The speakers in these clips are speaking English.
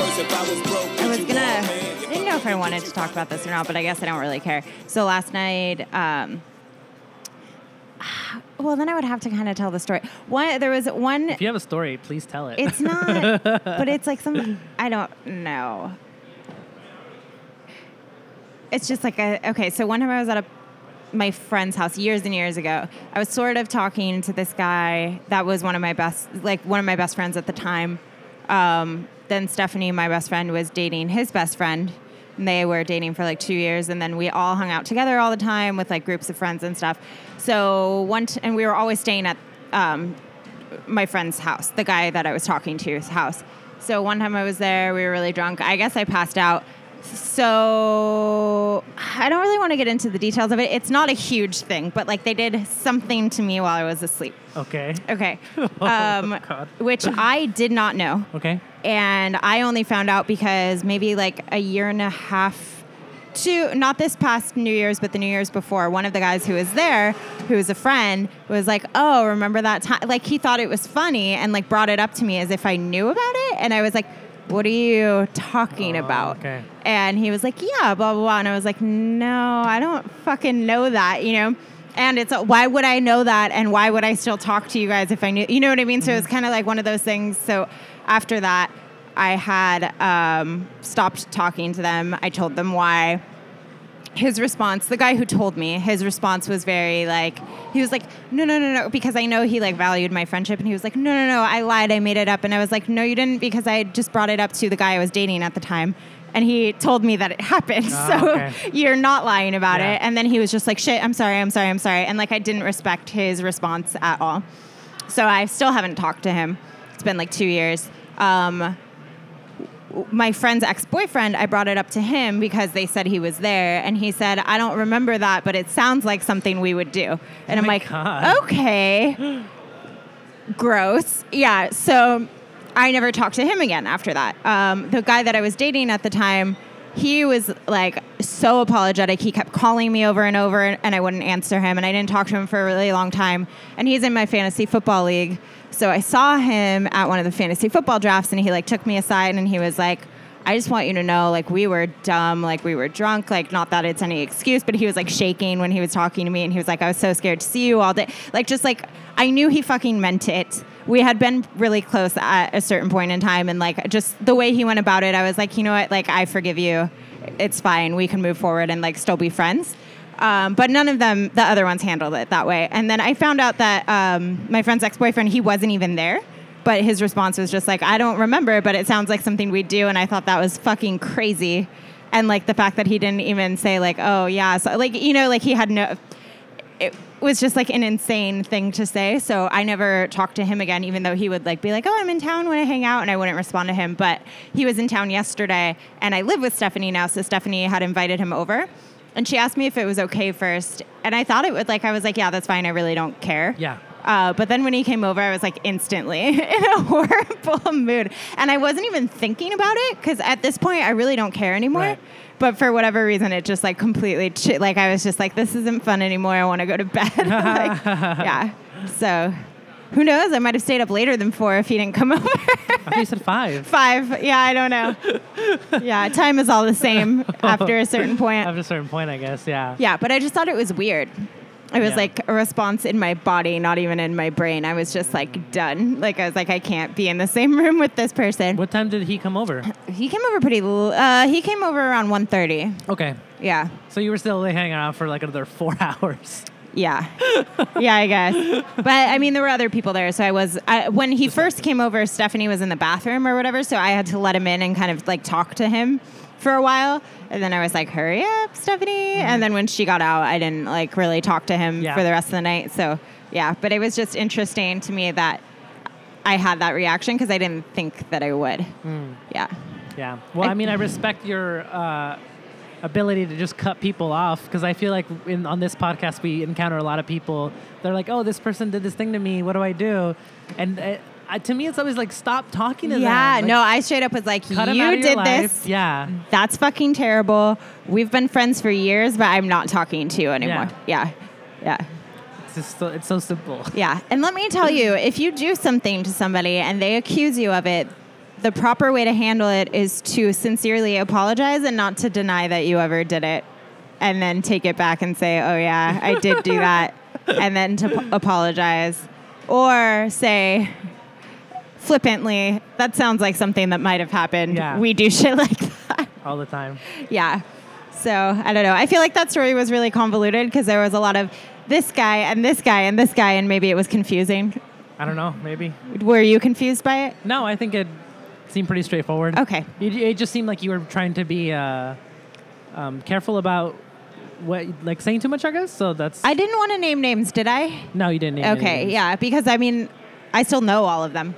I was gonna. I didn't know if I wanted to talk about this or not, but I guess I don't really care. So last night, um, well, then I would have to kind of tell the story. One, there was one. If you have a story, please tell it. It's not, but it's like some. I don't know. It's just like a okay. So one time I was at a my friend's house years and years ago. I was sort of talking to this guy that was one of my best, like one of my best friends at the time. Um, then Stephanie, my best friend, was dating his best friend. And they were dating for like two years, and then we all hung out together all the time with like groups of friends and stuff. So one, t- and we were always staying at um, my friend's house, the guy that I was talking to's house. So one time I was there, we were really drunk. I guess I passed out. So I don't really want to get into the details of it. It's not a huge thing, but like they did something to me while I was asleep. okay. Okay. Oh, Um, God. which I did not know. Okay. And I only found out because maybe like a year and a half to not this past New Year's, but the New Year's before, one of the guys who was there, who was a friend, was like, Oh, remember that time? Like he thought it was funny and like brought it up to me as if I knew about it. And I was like, What are you talking Oh, about? okay. And he was like, Yeah, blah, blah, blah. And I was like, No, I don't fucking know that, you know? And it's uh, why would I know that? And why would I still talk to you guys if I knew? You know what I mean? So it was Mm-hmm. kind of like one of those things. So after that, I had um, stopped talking to them. I told them why his response the guy who told me his response was very like he was like no no no no because i know he like valued my friendship and he was like no no no i lied i made it up and i was like no you didn't because i just brought it up to the guy i was dating at the time and he told me that it happened Ah, so okay. you're not lying about Yeah. it and then he was just like shit i'm sorry i'm sorry i'm sorry and like i didn't respect his response at all so i still haven't talked to him it's been like two years um, my friend's ex-boyfriend i brought it up to him because they said he was there and he said i don't remember that but it sounds like something we would do and i'm Oh my like God. okay gross yeah so i never talked to him again after that um, the guy that i was dating at the time he was like so apologetic he kept calling me over and over and i wouldn't answer him and i didn't talk to him for a really long time and he's in my fantasy football league so i saw him at one of the fantasy football drafts and he like took me aside and he was like I just want you to know, like, we were dumb, like, we were drunk, like, not that it's any excuse, but he was like shaking when he was talking to me, and he was like, I was so scared to see you all day. Like, just like, I knew he fucking meant it. We had been really close at a certain point in time, and like, just the way he went about it, I was like, you know what, like, I forgive you. It's fine. We can move forward and like still be friends. Um, but none of them, the other ones handled it that way. And then I found out that um, my friend's ex boyfriend, he wasn't even there. But his response was just like, I don't remember, but it sounds like something we do. And I thought that was fucking crazy. And like the fact that he didn't even say, like, oh, yeah. So, like, you know, like he had no, it was just like an insane thing to say. So I never talked to him again, even though he would like be like, "Oh, I'm in town when I hang out," and I wouldn't respond to him. But he was in town yesterday, and I live with Stephanie now, so Stephanie had invited him over, and she asked me if it was okay first, and I thought it would like I was like, "Yeah, that's fine. I really don't care." Yeah. Uh, but then when he came over, I was like instantly in a horrible mood. And I wasn't even thinking about it because at this point, I really don't care anymore. Right. But for whatever reason, it just like completely, ch- like I was just like, this isn't fun anymore. I want to go to bed. Like, yeah. So who knows? I might have stayed up later than four if he didn't come over. I thought you said five. Five. Yeah, I don't know. yeah, time is all the same after a certain point. After a certain point, I guess. Yeah. Yeah, but I just thought it was weird. It was Yeah. like a response in my body, not even in my brain. I was just like done. Like I was like, I can't be in the same room with this person. What time did he come over? He came over pretty. l- Uh, he came over around 1.30. Okay. Yeah, So you were still only hanging out for like another four hours. yeah, yeah. I guess. But I mean, there were other people there, so I was. I, when he first came over, Stephanie was in the bathroom or whatever, so I had to let him in and kind of like talk to him for a while. And then I was like, "Hurry up, Stephanie!" And then when she got out, I didn't like really talk to him Yeah. for the rest of the night. So yeah, but it was just interesting to me that I had that reaction because I didn't think that I would. Yeah, Yeah. Well, I, I- mean, I respect your uh, ability to just cut people off because I feel like in, on this podcast we encounter a lot of people. They're like, "Oh, this person did this thing to me. What do I do?" And uh, I, to me, it's always like, "Stop talking to them." yeah. Like, no, I straight up was like, cut 'em out "You of your did life." this." Yeah. that's fucking terrible. We've been friends for years, but I'm not talking to you anymore. Yeah. Yeah. It's just so, it's so simple. Yeah. And let me tell you, if you do something to somebody and they accuse you of it, the proper way to handle it is to sincerely apologize and not to deny that you ever did it and then take it back and say, "Oh yeah, I did do that." and then to p- apologize or say flippantly, "That sounds like something that might have happened. Yeah. We do shit like that." all the time. yeah. So, I don't know. I feel like that story was really convoluted because there was a lot of this guy and this guy and this guy and maybe it was confusing. I don't know, maybe. Were you confused by it? No, I think it seemed pretty straightforward. Okay. It, it just seemed like you were trying to be uh, um, careful about what, like saying too much, I guess. So that's. I didn't want to name names, did I? no, you didn't. need any Okay, names, yeah, because I mean, I still know all of them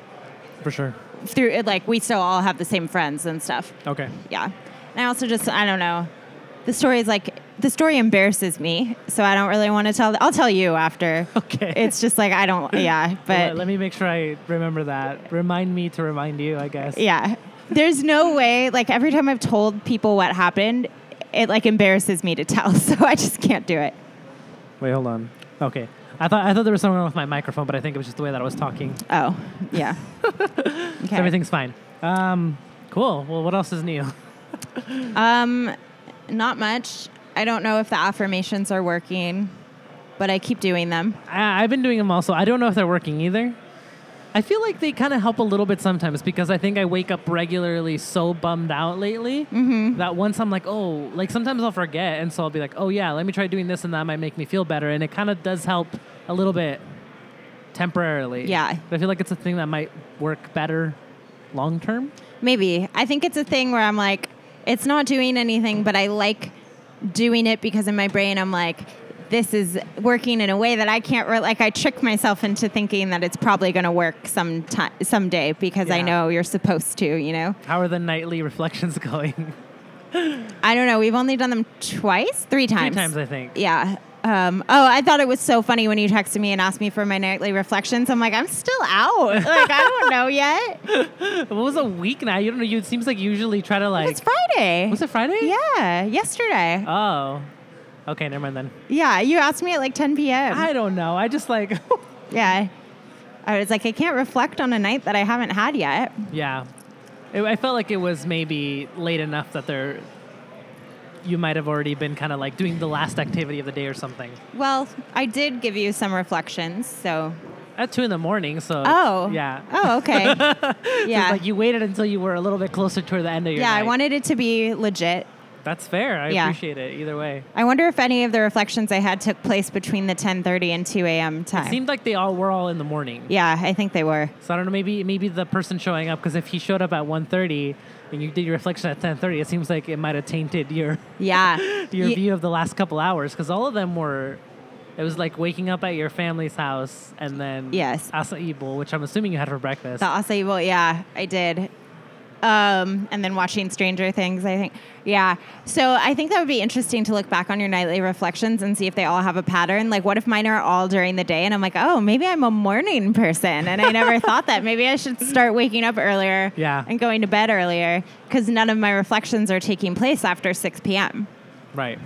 For sure. through it. Like we still all have the same friends and stuff. Okay. Yeah, and I also just I don't know. The story is like the story embarrasses me, so I don't really want to tell. I'll tell you after. Okay. Oh, It's just like I don't. Yeah, Well, but let me make sure I remember that. Remind me to remind you, I guess. yeah, there's no way. Like every time I've told people what happened, it like embarrasses me to tell, so I just can't do it. Wait, hold on. Okay. I thought I thought there was something wrong with my microphone, but I think it was just the way that I was talking. So Oh, yeah. Okay. everything's fine. Um, cool. Well, what else is new? Um, not much. I don't know if the affirmations are working, but I keep doing them. I, I've been doing them also. I don't know if they're working either. I feel like they kind of help a little bit sometimes because I think I wake up regularly so bummed out lately Mm-hmm. that once I'm like, oh, like sometimes I'll forget. And so I'll be like, oh, yeah, let me try doing this and that might make me feel better. And it kind of does help a little bit temporarily. Yeah. But I feel like it's a thing that might work better long term. Maybe. I think it's a thing where I'm like, it's not doing anything, but I like doing it because in my brain I'm like, this is working in a way that I can't re- like I trick myself into thinking that it's probably going to work some time someday because I Yeah. know you're supposed to, you know. How are the nightly reflections going? I don't know. We've only done them twice, three Three times. times, I think. Yeah. Um, oh, I thought it was so funny when you texted me and asked me for my nightly reflections. I'm like, I'm still out. Like, I don't know yet. What was a week now? You don't know. You, it seems like you usually try to like. It's Friday. Was it Friday? Yeah, yesterday. Oh. Okay, never mind then. yeah, you asked me at like 10 p.m. I don't know. I just like. yeah. I was like, I can't reflect on a night that I haven't had yet. yeah. It, I felt like it was maybe late enough that there. You might have already been kind of like doing the last activity of the day or something Well, I did give you some reflections, so. at two in the morning. So. Oh. Yeah. Oh, okay. So it's yeah. like you waited until you were a little bit closer toward the end of your yeah, I night. wanted it to be legit. That's fair. I Yeah. appreciate it either way. I wonder if any of the reflections I had took place between the 10:30 and 2 a.m. time. It seemed like they all were all in the morning. yeah, I think they were. So I don't know. Maybe maybe the person showing up because if he showed up at 1.30 and you did your reflection at 10.30, it seems like it might have tainted your Yeah. your Ye- view of the last couple hours because all of them were. It was like waking up at your family's house and then Yes. acai bowl, which I'm assuming you had for breakfast. The acai bowl, yeah, I did. Um, and then watching Stranger Things, I think. Yeah. So I think that would be interesting to look back on your nightly reflections and see if they all have a pattern. Like, what if mine are all during the day and I'm like, oh, maybe I'm a morning person and I never thought that. Maybe I should start waking up earlier Yeah. and going to bed earlier because none of my reflections are taking place after 6 p.m. Right.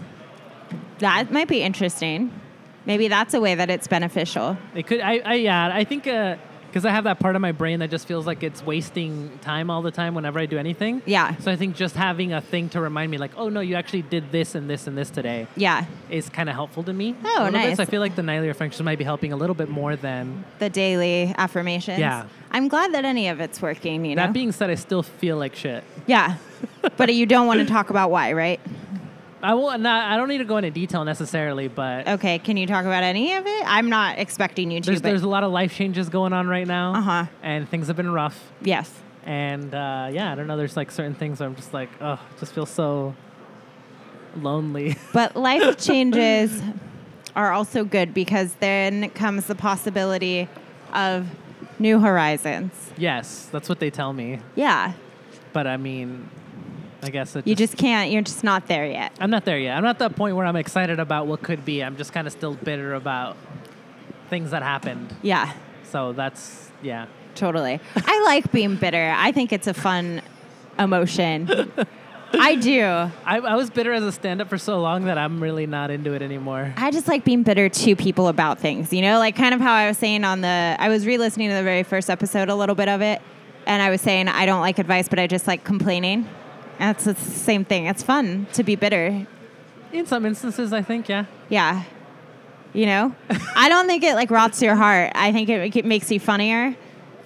That might be interesting. Maybe that's a way that it's beneficial. It could. I. I yeah. I think because I have that part of my brain that just feels like it's wasting time all the time whenever I do anything. Yeah. So I think just having a thing to remind me, like, oh no, you actually did this and this and this today. Yeah. is kind of helpful to me. Oh, a little bit. nice. So I feel like the nightly reflection might be helping a little bit more than. the daily affirmations. Yeah. I'm glad that any of it's working, you know? That being said, I still feel like shit. yeah. but you don't want to talk about why, right? I will not. I don't need to go into detail necessarily, but Okay, can you talk about any of it? I'm not expecting you to, there's but there's a lot of life changes going on right now, Uh-huh. and things have been rough. yes. And uh, yeah, I don't know. There's like certain things where I'm just like, oh, just feel so lonely. But life changes are also good because then comes the possibility of new horizons. yes, that's what they tell me. Yeah. But I mean, I guess it You just can't, you're just not there yet. I'm not there yet. I'm not at that point where I'm excited about what could be. I'm just kind of still bitter about things that happened. Yeah, So that's yeah. totally. I like being bitter. I think it's a fun emotion. I do. I, I was bitter as a stand up for so long that I'm really not into it anymore. I just like being bitter to people about things, you know, like kind of how I was saying on the I was re-listening to the very first episode a little bit of it and I was saying I don't like advice, but I just like complaining. That's the same thing. It's fun to be bitter. In some instances, I think, yeah. Yeah. You know? I don't think it like rots your heart. I think it, it makes you funnier.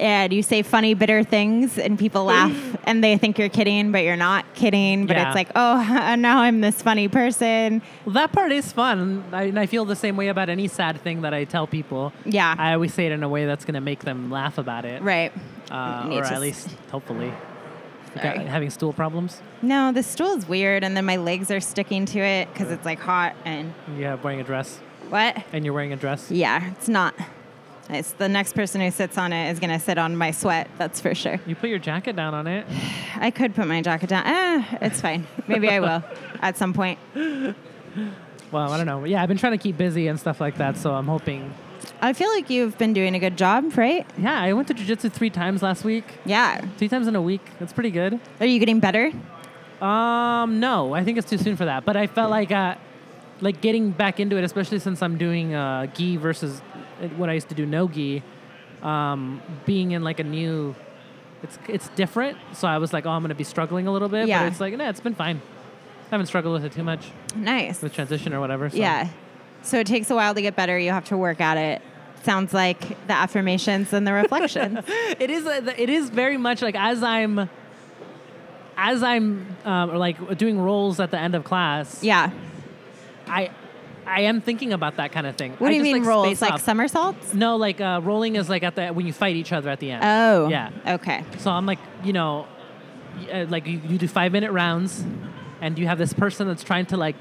And you say funny, bitter things, and people laugh, and they think you're kidding, but you're not kidding. But Yeah. it's like, oh, now I'm this funny person. Well, that part is fun. I, and I feel the same way about any sad thing that I tell people. Yeah. I always say it in a way that's going to make them laugh about it. right. Uh, Need or to at s- least, hopefully. Like, Sorry. uh, having stool problems? No, the stool is weird, and then my legs are sticking to it because it's like hot and Yeah, wearing a dress. what? And you're wearing a dress. Yeah, it's not. It's the next person who sits on it is going to sit on my sweat. That's for sure. You put your jacket down on it. I could put my jacket down. Ah, it's fine. Maybe I will at some point. Well, I don't know. Yeah, I've been trying to keep busy and stuff like that, so I'm hoping. I feel like you've been doing a good job, right? Yeah, I went to jujitsu three times last week. Yeah. Three times in a week. That's pretty good. Are you getting better? Um, no, I think it's too soon for that. But I felt like, uh, like getting back into it, especially since I'm doing uh, gi versus uh, what I used to do no gi. Um, being in like a new, it's it's different. So I was like, oh, I'm gonna be struggling a little bit. Yeah. But it's like, nah, it's been fine. I haven't struggled with it too much Nice. with transition or whatever. So. Yeah. So it takes a while to get better. You have to work at it. Sounds like the affirmations and the reflections. it is a, it is very much like as I'm as I'm um, or like doing roles at the end of class. yeah. I I am thinking about that kind of thing. What I do you just, mean like, rolls? space Like off. somersaults? no, like uh, rolling is like at the when you fight each other at the end. Oh. yeah. Okay. So I'm like you know, y- uh, like you, you do five minute rounds, and you have this person that's trying to like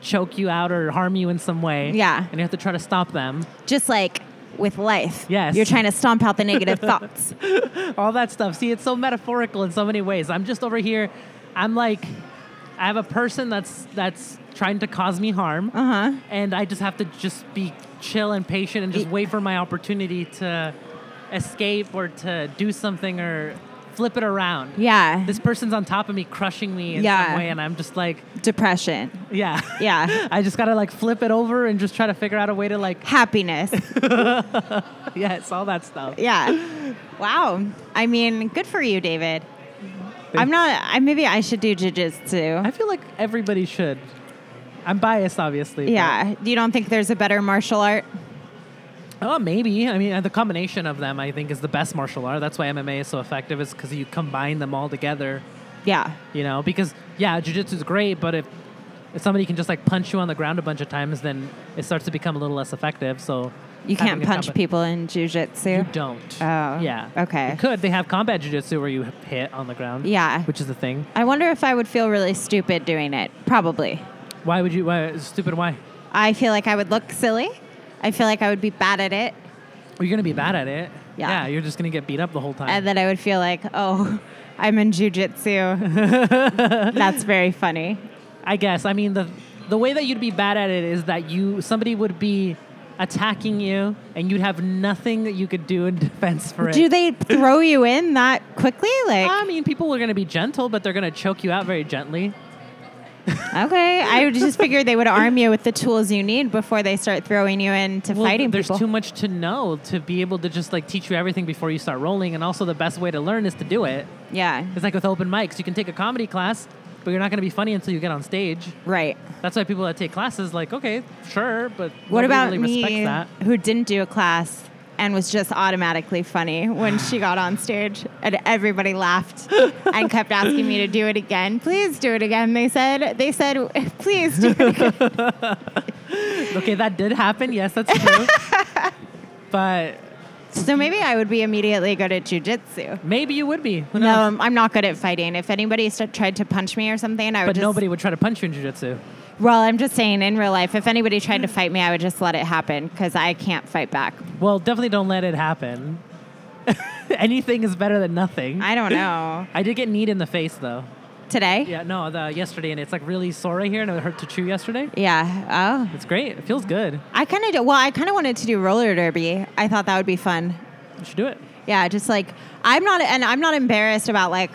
choke you out or harm you in some way. Yeah. and you have to try to stop them. Just like with life. Yes. You're trying to stomp out the negative thoughts. all that stuff. See, it's so metaphorical in so many ways. I'm just over here. I'm like, I have a person that's that's trying to cause me harm, Uh huh. and I just have to just be chill and patient and just Y- wait for my opportunity to escape or to do something or flip it around. Yeah. This person's on top of me, crushing me in Yeah. some way, and I'm just like, Depression. yeah. Yeah. I just gotta like flip it over and just try to figure out a way to like, Happiness. yes, all that stuff. Yeah. Wow. I mean, good for you, David. I'm not. I maybe I should do jujitsu. I feel like everybody should. I'm biased, obviously. but- Yeah. You don't think there's a better martial art? Oh, maybe. I mean, uh, the combination of them, I think, is the best martial art. That's why MMA is so effective. Is because you combine them all together. Yeah. You know, because yeah, jujitsu is great, but if if somebody can just like punch you on the ground a bunch of times, then it starts to become a little less effective. So You having can't a punch combi- people in jujitsu. You don't. Oh, Yeah. okay. You could. They have combat jujitsu where you h- hit on the ground. Yeah. Which is the thing. I wonder if I would feel really stupid doing it. Probably. Why would you? Why stupid? Why? I feel like I would look silly. I feel like I would be bad at it, Well, you're gonna be bad at it. Yeah. Yeah. You're just gonna get beat up the whole time. and then I would feel like, oh, I'm in jujitsu. That's very funny. I guess. I mean, the the way that you'd be bad at it is that you somebody would be attacking you, and you'd have nothing that you could do in defense for it. Do they throw you in that quickly? Like, I mean, people are going to be gentle, but they're going to choke you out very gently. Okay, I would just figured they would arm you with the tools you need before they start throwing you into Well, fighting there's people. too much to know to be able to just like teach you everything before you start rolling, and also the best way to learn is to do it. yeah, It's like with open mics, you can take a comedy class, but you're not going to be funny until you get on stage. right. That's why people that take classes like, okay, sure, but What nobody about really me respects that. who didn't do a class and was just automatically funny when she got on stage and everybody laughed and kept asking me to do it again. Please do it again. They said they said please do it again. Okay, that did happen. Yes, that's true. but so maybe I would be immediately good at jujitsu. maybe you would be. Who No, knows? I'm- I'm not good at fighting. If anybody st- tried to punch me or something, I would but just nobody would try to punch you in jujitsu. Well, I'm just saying, in real life, if anybody tried to fight me, I would just let it happen because I can't fight back. Well, definitely don't let it happen. Anything is better than nothing. I don't know. I did get kneed in the face though. Today? Yeah, no, the yesterday, and it's like really sore right here, and it hurt to chew yesterday. Yeah. Oh. It's great. It feels good. I kind of do. Well, I kind of wanted to do roller derby. I thought that would be fun. You should do it. Yeah, just like I'm not, and I'm not embarrassed about like.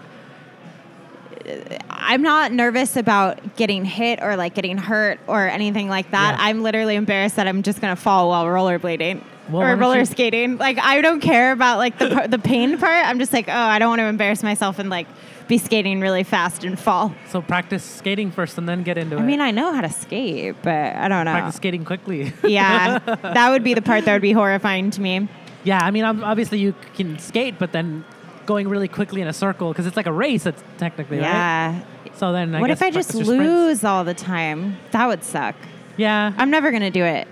I'm not nervous about getting hit or like getting hurt or anything like that. Yeah. I'm literally embarrassed that I'm just gonna fall while rollerblading. Well, why or don't roller you- skating. Like I don't care about like the par- the pain part. I'm just like, oh, I don't want to embarrass myself and like be skating really fast and fall. So practice skating first and then get into I it. mean, uh, I know how to skate, but I don't know. practice skating quickly. yeah, that would be the part that would be horrifying to me. yeah, I mean, ob- obviously you can skate, but then going really quickly in a circle because it's like a race. It's technically right. Yeah. So then, I what if guess I just practice your sprints. lose all the time? That would suck. Yeah. I'm never gonna do it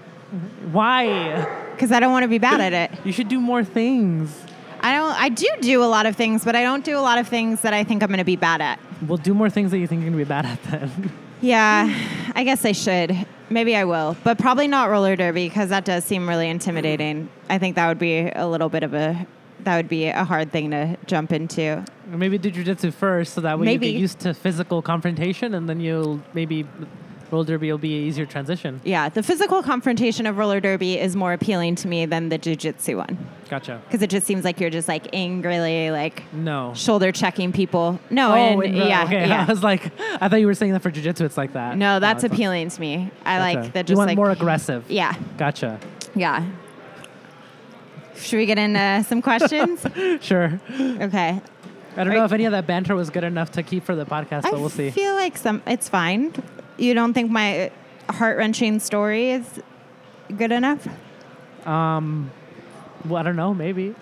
Why? because I don't want to be bad at it. You should do more things. I don't. I do do a lot of things, but I don't do a lot of things that I think I'm gonna be bad at. Well, do more things that you think you're gonna be bad at then. Yeah, I guess I should. Maybe I will, but probably not roller derby because that does seem really intimidating. I think that would be a little bit of a that would be a hard thing to jump into. or maybe do jujitsu first, so that way you Maybe. get used to physical confrontation, and then you'll maybe roller derby will be an easier transition. Yeah, the physical confrontation of roller derby is more appealing to me than the jujitsu one Gotcha. because it just seems like you're just like angrily like No. shoulder checking people. No, Oh, and, in the- yeah, okay. yeah. I was like, I thought you were saying that for jujitsu. It's like that. No, that's it's not. appealing to me. I Gotcha. like that. you Just want like more aggressive. Yeah, Gotcha. yeah. Should we get into some questions? Sure. Okay. I don't know if any of that banter was good enough to keep for the podcast, but we'll I see. feel like some it's fine. You don't think my heart wrenching story is good enough? Um, well, I don't know. Maybe.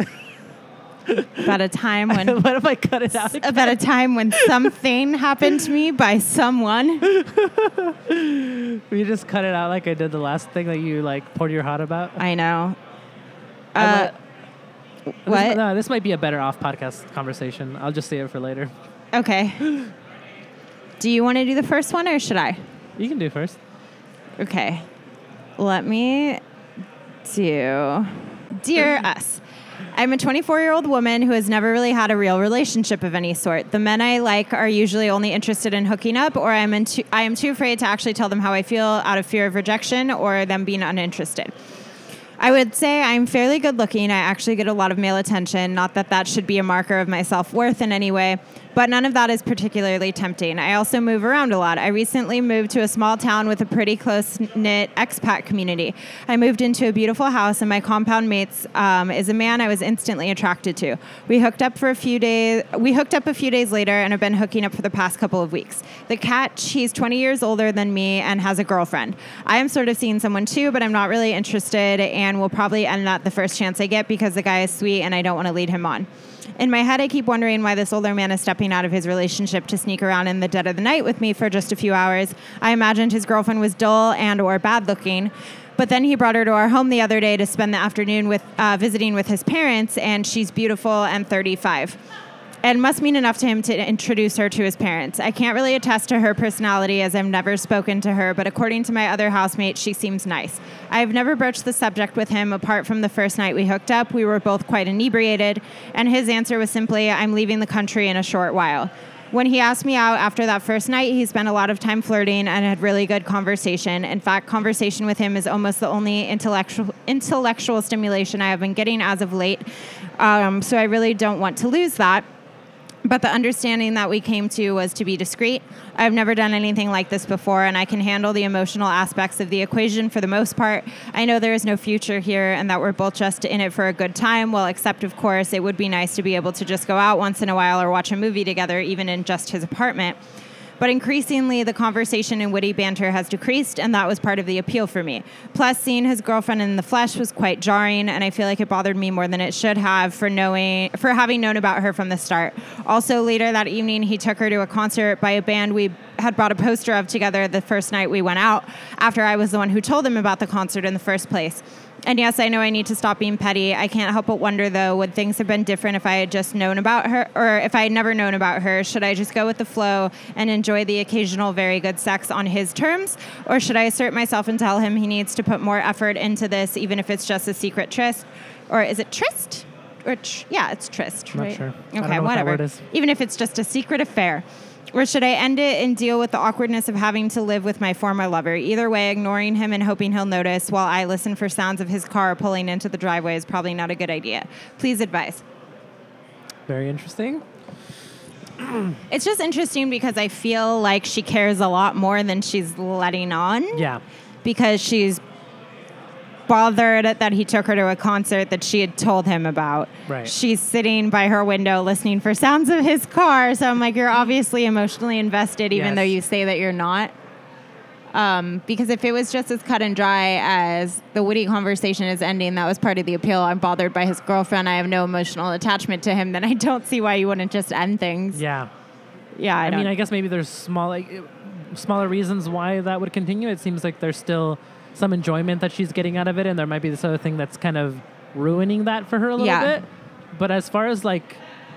About a time when what if I cut it out? about a time when something happened to me by someone. Will you just cut it out like I did the last thing that you like poured your heart about? I know. I Uh, want- This, what? no, this might be a better off podcast conversation. I'll just save it for later. Okay. Do you want to do the first one or should I? You can do first. Okay. Let me do. Dear us, I'm a 24 year old woman who has never really had a real relationship of any sort. The men I like are usually only interested in hooking up, or I'm in too, I am too afraid to actually tell them how I feel out of fear of rejection or them being uninterested. I would say I'm fairly good looking. I actually get a lot of male attention. Not that that should be a marker of my self worth in any way, but none of that is particularly tempting. I also move around a lot. I recently moved to a small town with a pretty close knit expat community. I moved into a beautiful house, and my compound mate's um, is a man I was instantly attracted to. We hooked up for a few days. We hooked up a few days later, and have been hooking up for the past couple of weeks. The catch: he's 20 years older than me and has a girlfriend. I am sort of seeing someone too, but I'm not really interested and will probably end that the first chance I get because the guy is sweet and I don't want to lead him on. In my head, I keep wondering why this older man is stepping out of his relationship to sneak around in the dead of the night with me for just a few hours. I imagined his girlfriend was dull and or bad looking. But then he brought her to our home the other day to spend the afternoon with uh, visiting with his parents, and she's beautiful and 35 and must mean enough to him to introduce her to his parents. I can't really attest to her personality as I've never spoken to her, but according to my other housemate, she seems nice. I have never broached the subject with him apart from the first night we hooked up. We were both quite inebriated, and his answer was simply, I'm leaving the country in a short while. When he asked me out after that first night, he spent a lot of time flirting and had really good conversation. In fact, conversation with him is almost the only intellectual intellectual stimulation I have been getting as of late. Um, so I really don't want to lose that. But the understanding that we came to was to be discreet. I've never done anything like this before, and I can handle the emotional aspects of the equation for the most part. I know there is no future here, and that we're both just in it for a good time. Well, except, of course, it would be nice to be able to just go out once in a while or watch a movie together, even in just his apartment. But increasingly, the conversation and witty banter has decreased, and that was part of the appeal for me. Plus, seeing his girlfriend in the flesh was quite jarring, and I feel like it bothered me more than it should have for knowing for having known about her from the start. Also, later that evening, he took her to a concert by a band we had brought a poster of together the first night we went out. After I was the one who told him about the concert in the first place. And yes, I know I need to stop being petty. I can't help but wonder, though, would things have been different if I had just known about her or if I had never known about her? Should I just go with the flow and enjoy the occasional very good sex on his terms? Or should I assert myself and tell him he needs to put more effort into this, even if it's just a secret tryst? Or is it tryst? Or tr- yeah, it's tryst, Not right? sure. I Okay, don't know what that whatever word is. even if it's just a secret affair? Or should I end it and deal with the awkwardness of having to live with my former lover? Either way, ignoring him and hoping he'll notice while I listen for sounds of his car pulling into the driveway is probably not a good idea. Please advise. Very interesting. It's just interesting because I feel like she cares a lot more than she's letting on Yeah. because she's bothered that he took her to a concert that she had told him about. Right. She's sitting by her window listening for sounds of his car. So I'm like, you're obviously emotionally invested, even Yes. though you say that you're not. Um, because if it was just as cut and dry as the Woody conversation is ending, that was part of the appeal. I'm bothered by his girlfriend. I have no emotional attachment to him. Then I don't see why you wouldn't just end things. Yeah, Yeah. I, I don't. mean, I guess maybe there's small, like, uh, smaller reasons why that would continue. It seems like there's still some enjoyment that she's getting out of it, and there might be this other thing that's kind of ruining that for her a little Yeah. bit. But as far as like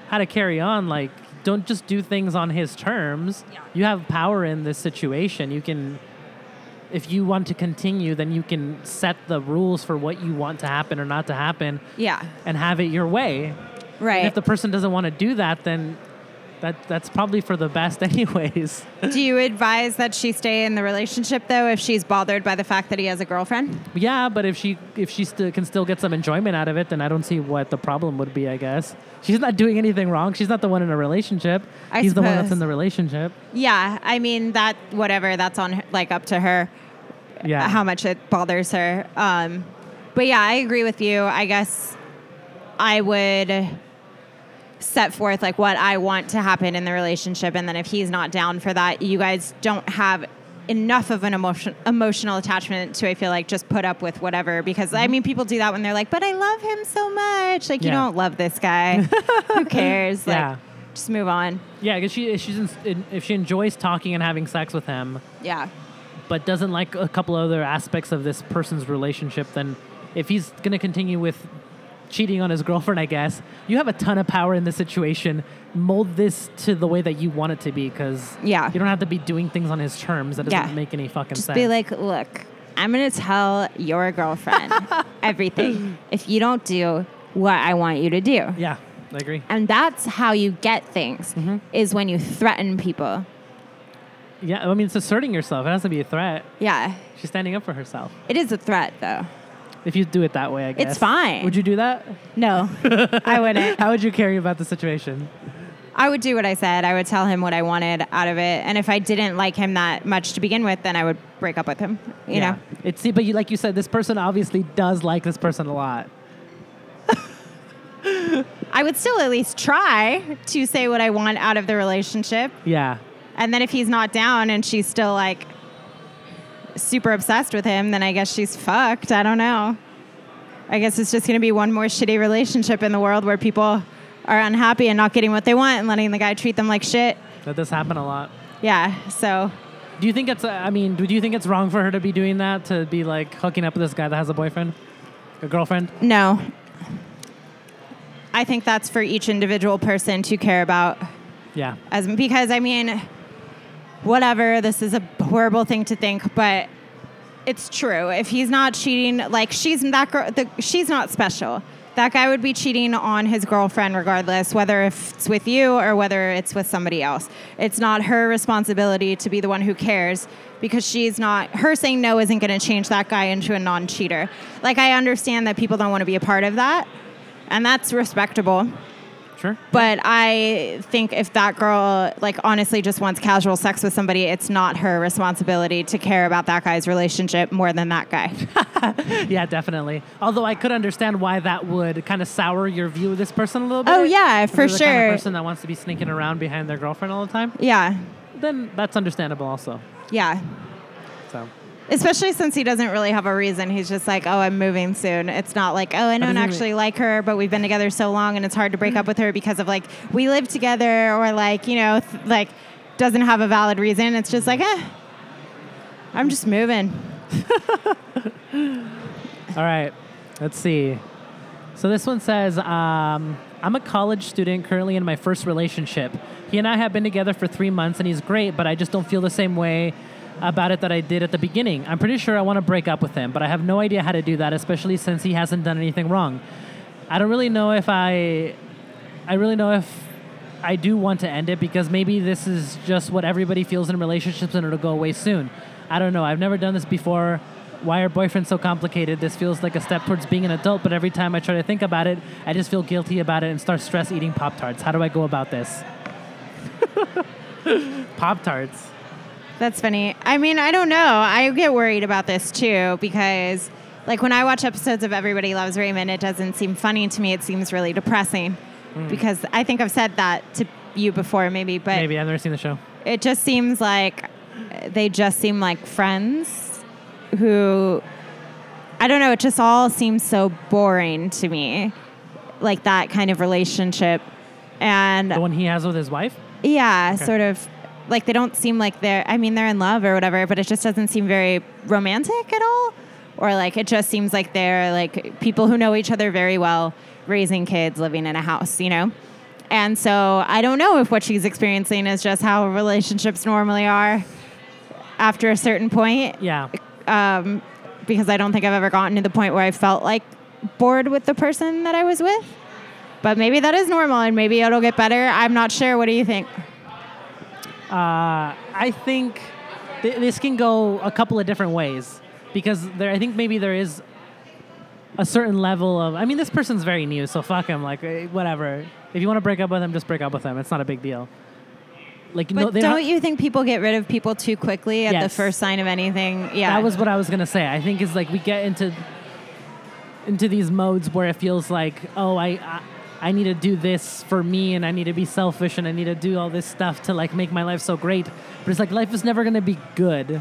how to carry on, like, don't just do things on his terms. You have power in this situation. You can, if you want to continue, then you can set the rules for what you want to happen or not to happen, yeah, and have it your way. And right. if the person doesn't want to do that, then that that's probably for the best, anyways. Do you advise that she stay in the relationship though if she's bothered by the fact that he has a girlfriend? yeah, but if she if she still can still get some enjoyment out of it, then I don't see what the problem would be. I guess she's not doing anything wrong. She's not the one in a relationship. I He's the one that's suppose. in the relationship. Yeah, I mean that whatever that's on her, like up to her Yeah. how much it bothers her. Um, but yeah, I agree with you. I guess I would set forth like what I want to happen in the relationship, and then if he's not down for that, you guys don't have enough of an emotion emotional attachment to I feel like just put up with whatever because I mean people do that when they're like, but I love him so much. Like you Mm-hmm. Yeah. don't love this guy. Who cares? Like Yeah. just move on. Yeah, because she if she's in, if she enjoys talking and having sex with him, Yeah. but doesn't like a couple other aspects of this person's relationship, then if he's going to continue with cheating on his girlfriend, I guess, you have a ton of power in this situation. Mold this to the way that you want it to be because Yeah. you don't have to be doing things on his terms. That doesn't Yeah. make any fucking Just sense. be like, look, I'm going to tell your girlfriend everything if you don't do what I want you to do. yeah, I agree. And that's how you get things is when you threaten people. Yeah, I mean, it's asserting yourself. It has to be a threat. Yeah. She's standing up for herself. It is a threat though. If you do it that way, I guess. fine. Would you do that? No, I wouldn't. How would you carry about the situation? I would do what I said. I would tell him what I wanted out of it. And if I didn't like him that much to begin with, then I would break up with him, you know. It's see, but you like you said, this person obviously does like this person a lot. I would still at least try to say what I want out of the relationship. Yeah. And then if he's not down and she's still like super obsessed with him, then I guess she's fucked. I don't know. I guess it's just going to be one more shitty relationship in the world where people are unhappy and not getting what they want and letting the guy treat them like shit. That does happen a lot. Yeah. So Do you think it's? uh, I mean, do you think it's wrong for her to be doing that? To be like hooking up with this guy that has a boyfriend, a girlfriend? No. I think that's for each individual person to care about Yeah. as because I mean whatever this is a horrible thing to think but it's true if he's not cheating like she's that girl the, she's not special that guy would be cheating on his girlfriend regardless whether if it's with you or whether it's with somebody else it's not her responsibility to be the one who cares because she's not her saying no isn't going to change that guy into a non-cheater like i understand that people don't want to be a part of that and that's respectable Sure. but I think if that girl, like, honestly just wants casual sex with somebody, it's not her responsibility to care about that guy's relationship more than that guy. Yeah, definitely. Although I could understand why that would kind of sour your view of this person a little bit. Oh, yeah, If for they're the kind of sure. person that wants to be sneaking around behind their girlfriend all the time, yeah. then that's understandable also. Yeah. So. Especially since he doesn't really have a reason. He's just like, oh, I'm moving soon. It's not like, oh, I don't doesn't really- actually like her, but we've been together so long and it's hard to break up with her because of like, we live together or like, you know, th- like, doesn't have a valid reason. It's just like, eh, I'm just moving. All right, let's see. So this one says, um, I'm a college student currently in my first relationship. He and I have been together for three months and he's great, but I just don't feel the same way about it that I did at the beginning. I'm pretty sure I want to break up with him, but I have no idea how to do that, especially since he hasn't done anything wrong. I don't really know if I I really know if I do want to end it because maybe this is just what everybody feels in relationships and it'll go away soon. I don't know. I've never done this before. Why are boyfriends so complicated? This feels like a step towards being an adult, but every time I try to think about it, I just feel guilty about it and start stress eating Pop Tarts. How do I go about this? Pop Tarts. That's funny. I mean, I don't know. I get worried about this too because Like when I watch episodes of Everybody Loves Raymond, it doesn't seem funny to me. It seems really depressing Mm. because I think I've said that to you before, maybe, but Maybe I've never seen the show. it just seems like they just seem like friends who I don't know, it just all seems so boring to me. Like that kind of relationship. And The one he has with his wife. yeah, sort of like they don't seem like they're I mean they're in love or whatever, but it just doesn't seem very romantic at all. Or like it just seems like they're like people who know each other very well, raising kids, living in a house, you know? And so I don't know if what she's experiencing is just how relationships normally are after a certain point Yeah. um, because I don't think I've ever gotten to the point where I felt like bored with the person that I was with. But maybe that is normal and maybe it'll get better. I'm not sure. What do you think? Uh, I think th- this can go a couple of different ways because there. I think maybe there is a certain level of. I mean, this person's very new, so fuck him. Like, eh, whatever. If you want to break up with them, just break up with them. It's not a big deal. Like, But no, they don't don't- you think people get rid of people too quickly at the Yes. first sign of anything? Yeah. That was what I was gonna say. I think is like we get into into these modes where it feels like, oh, I, I I need to do this for me, and I need to be selfish, and I need to do all this stuff to like make my life so great. But it's like life is never gonna be good.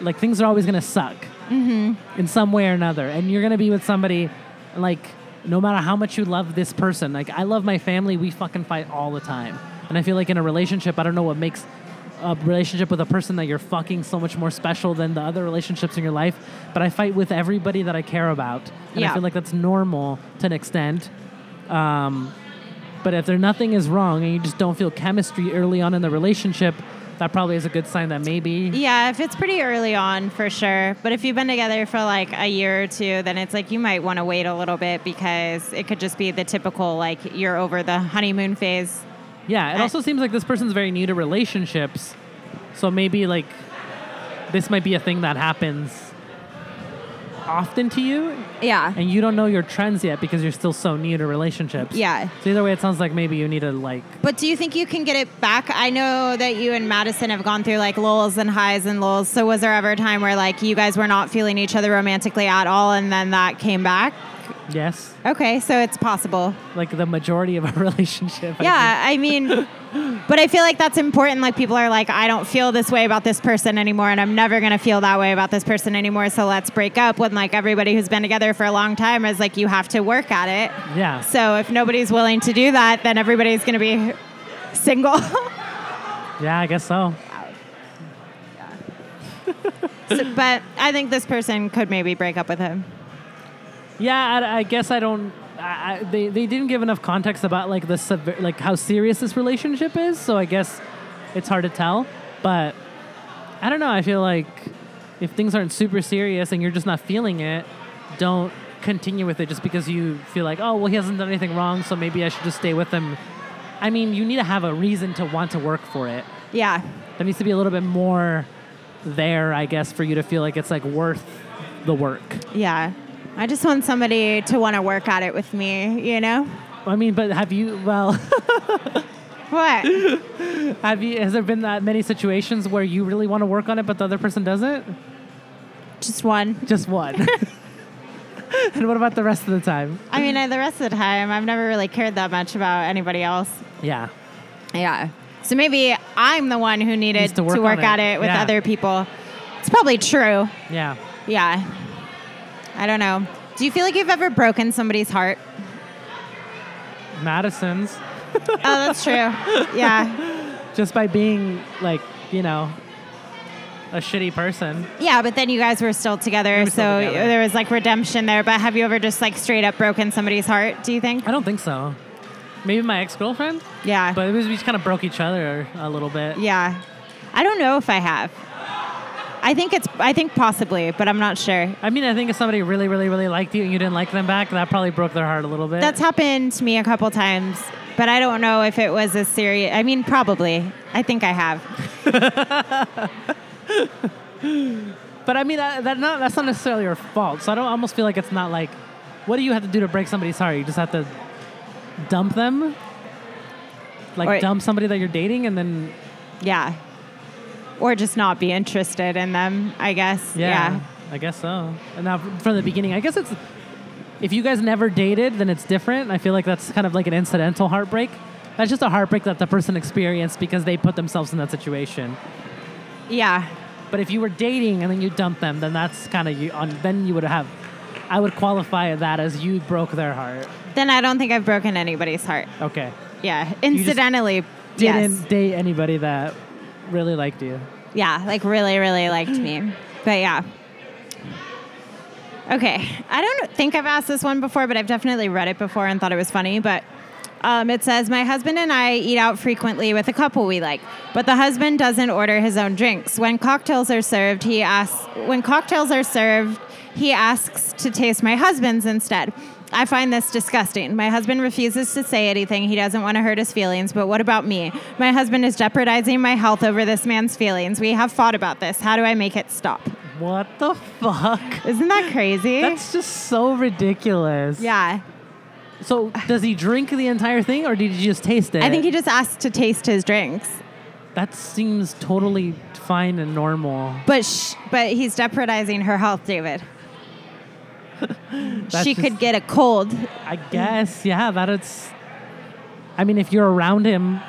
Like things are always gonna suck in some way or another, and you're gonna be with somebody like no matter how much you love this person. Like I love my family, we fucking fight all the time, and I feel like in a relationship, I don't know what makes a relationship with a person that you're fucking so much more special than the other relationships in your life. But I fight with everybody that I care about, and I Yeah. feel like that's normal to an extent. Um, but if there nothing is wrong and you just don't feel chemistry early on in the relationship, that probably is a good sign that maybe yeah, if it's pretty early on, for sure. But if you've been together for like a year or two, then it's like you might want to wait a little bit because it could just be the typical, like, you're over the honeymoon phase. Yeah, it I- also seems like this person's very new to relationships. So maybe like this might be a thing that happens often to you Yeah. and you don't know your trends yet because you're still so new to relationships. Yeah. So either way it sounds like maybe you need to like But do you think you can get it back? I know that you and Madison have gone through like lulls and highs and lulls. So was there ever a time where like you guys were not feeling each other romantically at all and then that came back? yes, Okay, so it's possible. like the majority of a relationship. I Yeah, I mean, but I feel like that's important. Like people are like, I don't feel this way about this person anymore and I'm never going to feel that way about this person anymore. So let's break up when like everybody who's been together for a long time is like, you have to work at it. think. Yeah. So if nobody's willing to do that, then everybody's going to be single. Yeah, I guess so. So- but I think this person could maybe break up with him. Yeah, I, I guess I don't. I, I, they they didn't give enough context about like the sever- like how serious this relationship is, so I guess it's hard to tell. But I don't know. I feel like if things aren't super serious and you're just not feeling it, don't continue with it just because you feel like oh well he hasn't done anything wrong, so maybe I should just stay with him. I mean, you need to have a reason to want to work for it. Yeah. There needs to be a little bit more there, I guess, for you to feel like it's like worth the work. Yeah. I just want somebody to want to work at it with me, you know? I mean, but have you? Well. What? Have you? Has there been that many situations where you really want to work on it, but the other person doesn't? just one. Just one. and what about the rest of the time? I mean, I, the rest of the time, I've never really cared that much about anybody else. Yeah. Yeah. So maybe I'm the one who needed Needs to work, on at it. it with Yeah. other people. It's probably true. Yeah. Yeah. I don't know. Do you feel like you've ever broken somebody's heart? Madison's oh, that's true. Yeah. just by being like you know a shitty person. Yeah, but then you guys were still together, were so still together. there was like redemption there. But have you ever just like straight up broken somebody's heart? Do you think? I don't think so. Maybe my ex girlfriend, Yeah, but it was, we just kind of broke each other a little bit. yeah. I don't know if I have. I think it's. I think possibly, but I'm not sure. I mean, I think if somebody really, really, really liked you and you didn't like them back, that probably broke their heart a little bit. That's happened to me a couple times, but I don't know if it was a serious. I mean, probably. I think I have. But I mean, that, that not, that's not necessarily your fault. So I don't almost feel like it's not like, what do you have to do to break somebody's heart? You just have to dump them, like Or- dump somebody that you're dating, and then Yeah. Or just not be interested in them, I guess. yeah, Yeah. I guess so. And now from the beginning, I guess it's if you guys never dated, then it's different. I feel like that's kind of like an incidental heartbreak. That's just a heartbreak that the person experienced because they put themselves in that situation. Yeah. But if you were dating and then you dumped them, then that's kind of you. On then you would have, I would qualify that as you broke their heart. Then I don't think I've broken anybody's heart. Okay. Yeah. Incidentally, Didn't yes. date anybody that really liked you. Yeah, like really, really liked me. But yeah. Okay. I don't think I've asked this one before, but I've definitely read it before and thought it was funny. But um, it says, My husband and I eat out frequently with a couple we like, but the husband doesn't order his own drinks. When cocktails are served, he asks, when cocktails are served, he asks to taste my husband's instead. I find this disgusting. My husband refuses to say anything. He doesn't want to hurt his feelings, but what about me? My husband is jeopardizing my health over this man's feelings. We have fought about this. How do I make it stop? What the fuck? Isn't that crazy? That's just so ridiculous. yeah. So does he drink the entire thing, or did he just taste it? I think he just asked to taste his drinks. That seems totally fine and normal. But sh- but he's jeopardizing her health, David. That's she just- could get a cold. I guess, Mm. yeah, that it's. I mean, if you're around him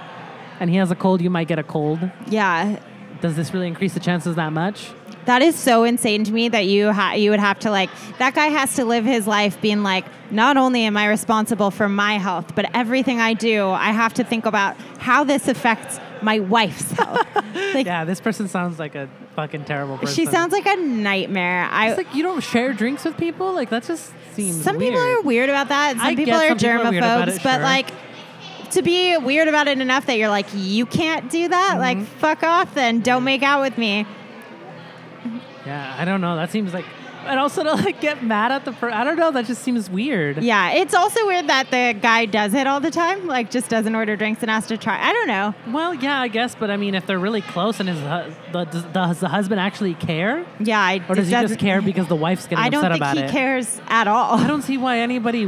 and he has a cold, you might get a cold. Yeah. Does this really increase the chances that much? That is so insane to me that you ha- you would have to like that guy has to live his life being like not only am I responsible for my health but everything I do I have to think about how this affects my wife's health. like Yeah, this person sounds like a fucking terrible person. she sounds like a nightmare. I It's like you don't share drinks with people. Like that just seems. some people weird. are weird about that. and Some I people get are some people are weird about germaphobes, it, but sure. like to be weird about it enough that you're like, you can't do that. Like, Mm-hmm. fuck off, then don't make out with me. Yeah, I don't know. That seems like. And also to like get mad at the per I don't know. That just seems weird. Yeah, it's also weird that the guy does it all the time. Like, just doesn't order drinks and has to try. I don't know. Well, yeah, I guess. But I mean, if they're really close and his hu- the, does, does the husband actually care, Yeah, I, or does it he just doesn't- care because the wife's getting I upset don't think about he it? cares at all. I don't see why anybody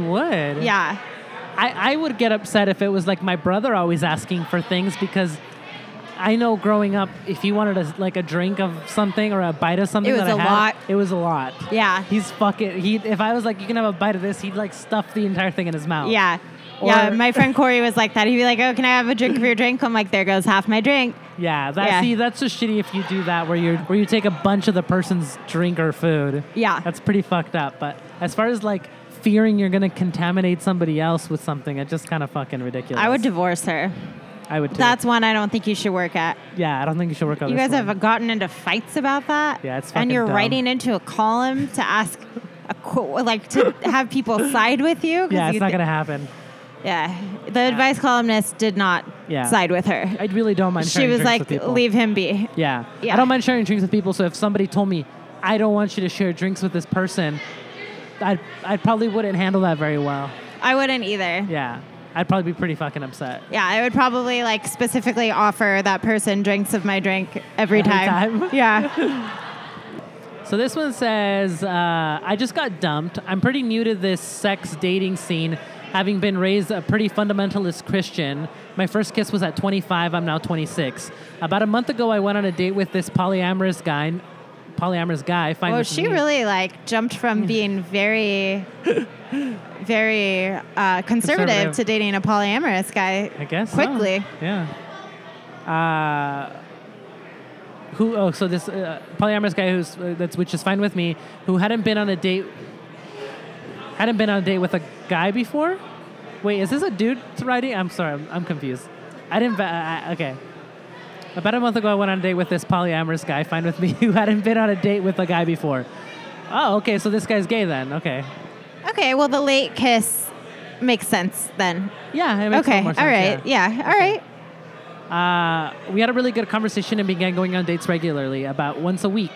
would. yeah, I, I would get upset if it was like my brother always asking for things because I know growing up, if he wanted a, like a drink of something or a bite of something, It was that I a had, lot. It was a lot. Yeah. He's fucking. He if I was like, you can have a bite of this, he'd like stuff the entire thing in his mouth. yeah, Oh. Or- yeah. My friend Corey was like that. He'd be like, "Oh, can I have a drink of your drink?" I'm like, "There goes half my drink." Yeah. That, Yeah. See, that's just shitty if you do that where you're where you take a bunch of the person's drink or food. Yeah. That's pretty fucked up. But as far as like fearing you're gonna contaminate somebody else with something, it's just kind of fucking ridiculous. I would divorce her. I would. Too. That's one I don't think you should work at. Yeah, I don't think you should work on You this guys one. have gotten into fights about that. Yeah, it's fucking and you're dumb. writing into a column to ask, a qu- like to have people side with you. 'cause Yeah, it's you not thi- gonna happen. Yeah, the advice columnist did not Yeah. side with her. I really don't mind. She sharing was drinks like, with people. "Leave him be." Yeah. Yeah. I don't mind sharing drinks with people. So if somebody told me, I don't want you to share drinks with this person, I I probably wouldn't handle that very well. I wouldn't either. Yeah, I'd probably be pretty fucking upset. Yeah, I would probably like specifically offer that person drinks of my drink every, Every time? Yeah. So this one says, uh, I just got dumped. I'm pretty new to this sex dating scene, having been raised a pretty fundamentalist Christian. My first kiss was at 25. I'm now 26. About a month ago, I went on a date with this polyamorous guy. Polyamorous guy. Fine Well, with she me. really like jumped from being very, very uh, conservative, Conservative. to dating a polyamorous guy. I guess so. quickly. Yeah. Uh, who? Oh, so this uh, polyamorous guy who's uh, that's which is fine with me, who hadn't been on a date, hadn't been on a date with a guy before. Wait, is this a dude writing? I'm sorry, I'm, I'm confused. I didn't. va- I, I- okay. About a month ago, I went on a date with this polyamorous guy, fine with me, who hadn't been on a date with a guy before. Oh, okay, so this guy's gay then. Okay. Okay, well, the late kiss makes sense then. Yeah, it makes a okay, little more sense, all right, yeah. yeah, all right. Uh, we had a really good conversation and began going on dates regularly, about once a week.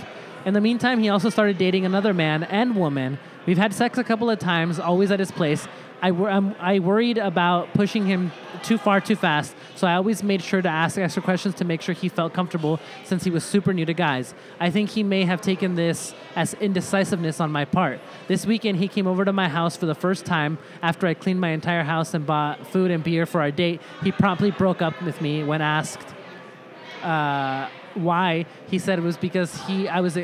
In the meantime, he also started dating another man and woman. We've had sex a couple of times, always at his place. I, wor- I'm, I worried about pushing him too far too fast, so I always made sure to ask extra questions to make sure he felt comfortable since he was super new to guys. I think he may have taken this as indecisiveness on my part. This weekend, he came over to my house for the first time after I cleaned my entire house and bought food and beer for our date. He promptly broke up with me when asked uh, why. He said it was because he I was.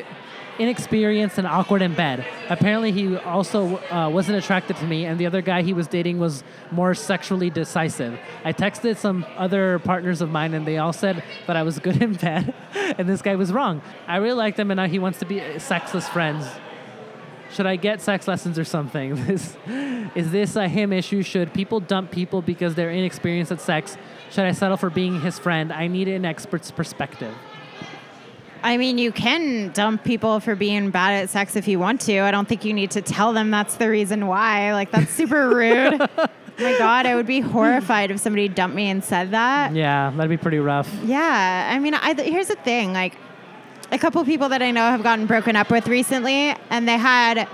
inexperienced and awkward in bed. Apparently, he also uh, wasn't attracted to me, and the other guy he was dating was more sexually decisive. I texted some other partners of mine, and they all said that I was good in bed, and this guy was wrong. I really liked him, and now he wants to be sexless friends. Should I get sex lessons or something? This is this a him issue? Should people dump people because they're inexperienced at sex? Should I settle for being his friend? I need an expert's perspective. I mean, you can dump people for being bad at sex if you want to. I don't think you need to tell them that's the reason why. Like, that's super rude. My God, I would be horrified if somebody dumped me and said that. Yeah, that'd be pretty rough. Yeah, I mean, I, th- here's the thing. Like, a couple people that I know have gotten broken up with recently, and they had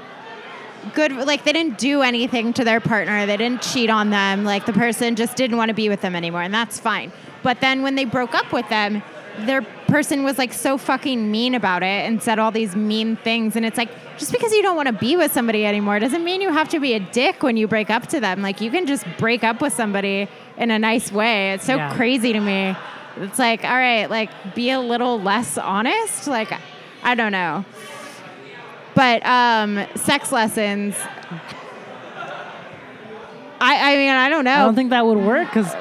good. Like, they didn't do anything to their partner. They didn't cheat on them. Like, the person just didn't want to be with them anymore, and that's fine. But then when they broke up with them, their person was like so fucking mean about it and said all these mean things and it's like just because you don't want to be with somebody anymore doesn't mean you have to be a dick when you break up to them like you can just break up with somebody in a nice way it's so Yeah. crazy to me it's like all right like be a little less honest like i don't know but um sex lessons i i mean i don't know I don't think that would work because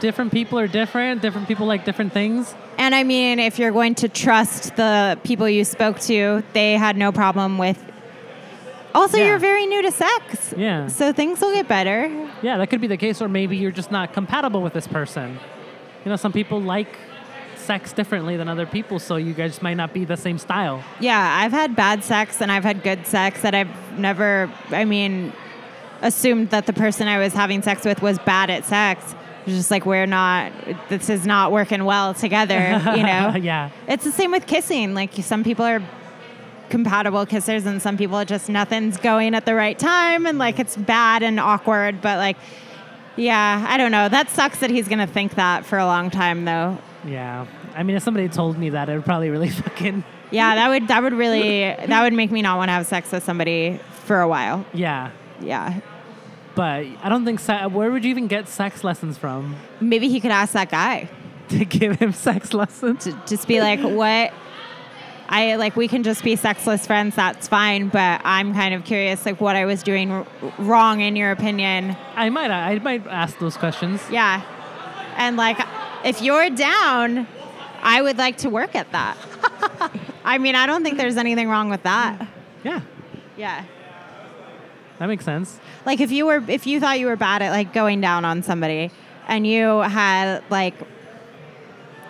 different people are different. Different people like different things. And I mean, if you're going to trust the people you spoke to, they had no problem with. Also, Yeah. you're very new to sex. Yeah. So things will get better. Yeah, that could be the case, or maybe you're just not compatible with this person. You know, some people like sex differently than other people, so you guys might not be the same style. Yeah, I've had bad sex and I've had good sex that I've never, I mean, assumed that the person I was having sex with was bad at sex. It's just like, we're not, this is not working well together, you know? yeah. It's the same with kissing. Like some people are compatible kissers and some people just nothing's going at the right time and like it's bad and awkward, but like yeah, I don't know. That sucks that he's going to think that for a long time though. Yeah. I mean, if somebody told me that, it would probably really fucking. Yeah, that would that would really that would make me not want to have sex with somebody for a while. Yeah. Yeah. But I don't think. Se- where would you even get sex lessons from Maybe he could ask that guy to give him sex lessons? to just be like, "What I like we can just be sexless friends. That's fine, but I'm kind of curious like what I was doing r- wrong in your opinion." I might. I might ask those questions. Yeah. And like, if you're down, I would like to work at that. I mean, I don't think there's anything wrong with that. Yeah, Yeah. that makes sense. Like if you were if you thought you were bad at like going down on somebody and you had like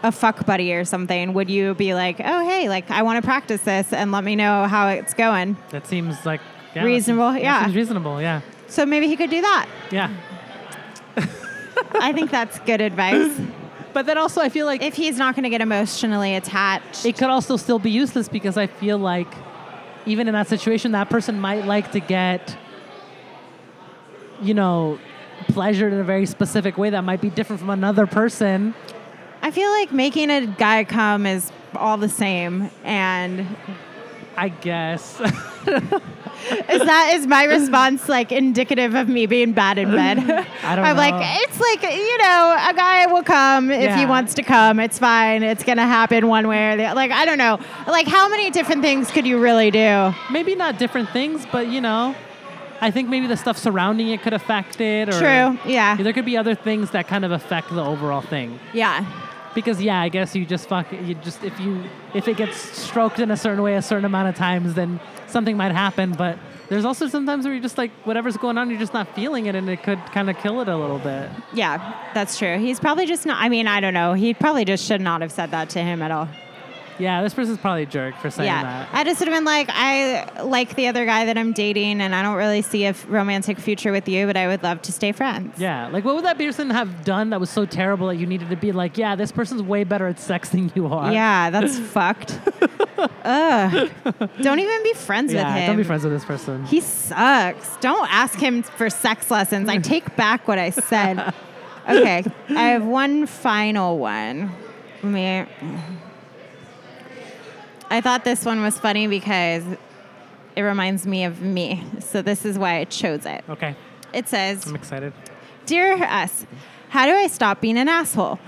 a fuck buddy or something, would you be like, "Oh, hey, like I want to practice this and let me know how it's going." That seems like yeah, that Reasonable, seems- that yeah. seems reasonable. Yeah, So maybe he could do that. yeah. I think that's good advice. But then also, I feel like If he's not going to get emotionally attached. it could also still be useless because I feel like even in that situation, that person might like to get, you know, pleasured in a very specific way that might be different from another person. I feel like making a guy come is all the same, and I guess. is that is my response like indicative of me being bad in bed? I don't I'm know. like, eh. it's like you know, a guy will come if he Yeah. wants to come. It's fine. It's gonna happen one way or the other. Like I don't know. Like how many different things could you really do? maybe not different things, but you know, I think maybe the stuff surrounding it could affect it. Or True. Yeah. There could be other things that kind of affect the overall thing. Yeah. Because yeah, I guess you just fuck. You just if you if it gets stroked in a certain way a certain amount of times, then something might happen. But there's also sometimes where you're just like whatever's going on, you're just not feeling it, and it could kind of kill it a little bit. Yeah. That's true. He's probably just not. I mean, I don't know. He probably just should not have said that to him at all. Yeah, this person's probably a jerk for saying that. I just would have been like, I like the other guy that I'm dating, and I don't really see a f- romantic future with you, but I would love to stay friends. Yeah, like what would that person have done that was so terrible that you needed to be like, yeah, this person's way better at sex than you are. Yeah, that's fucked. Ugh. Don't even be friends yeah. with him. Don't be friends with this person. He sucks. Don't ask him for sex lessons. I take back what I said. Okay, I have one final one. Let me. I thought this one was funny because it reminds me of me. So this is why I chose it. Okay, It says, I'm excited. Dear us, how do I stop being an asshole?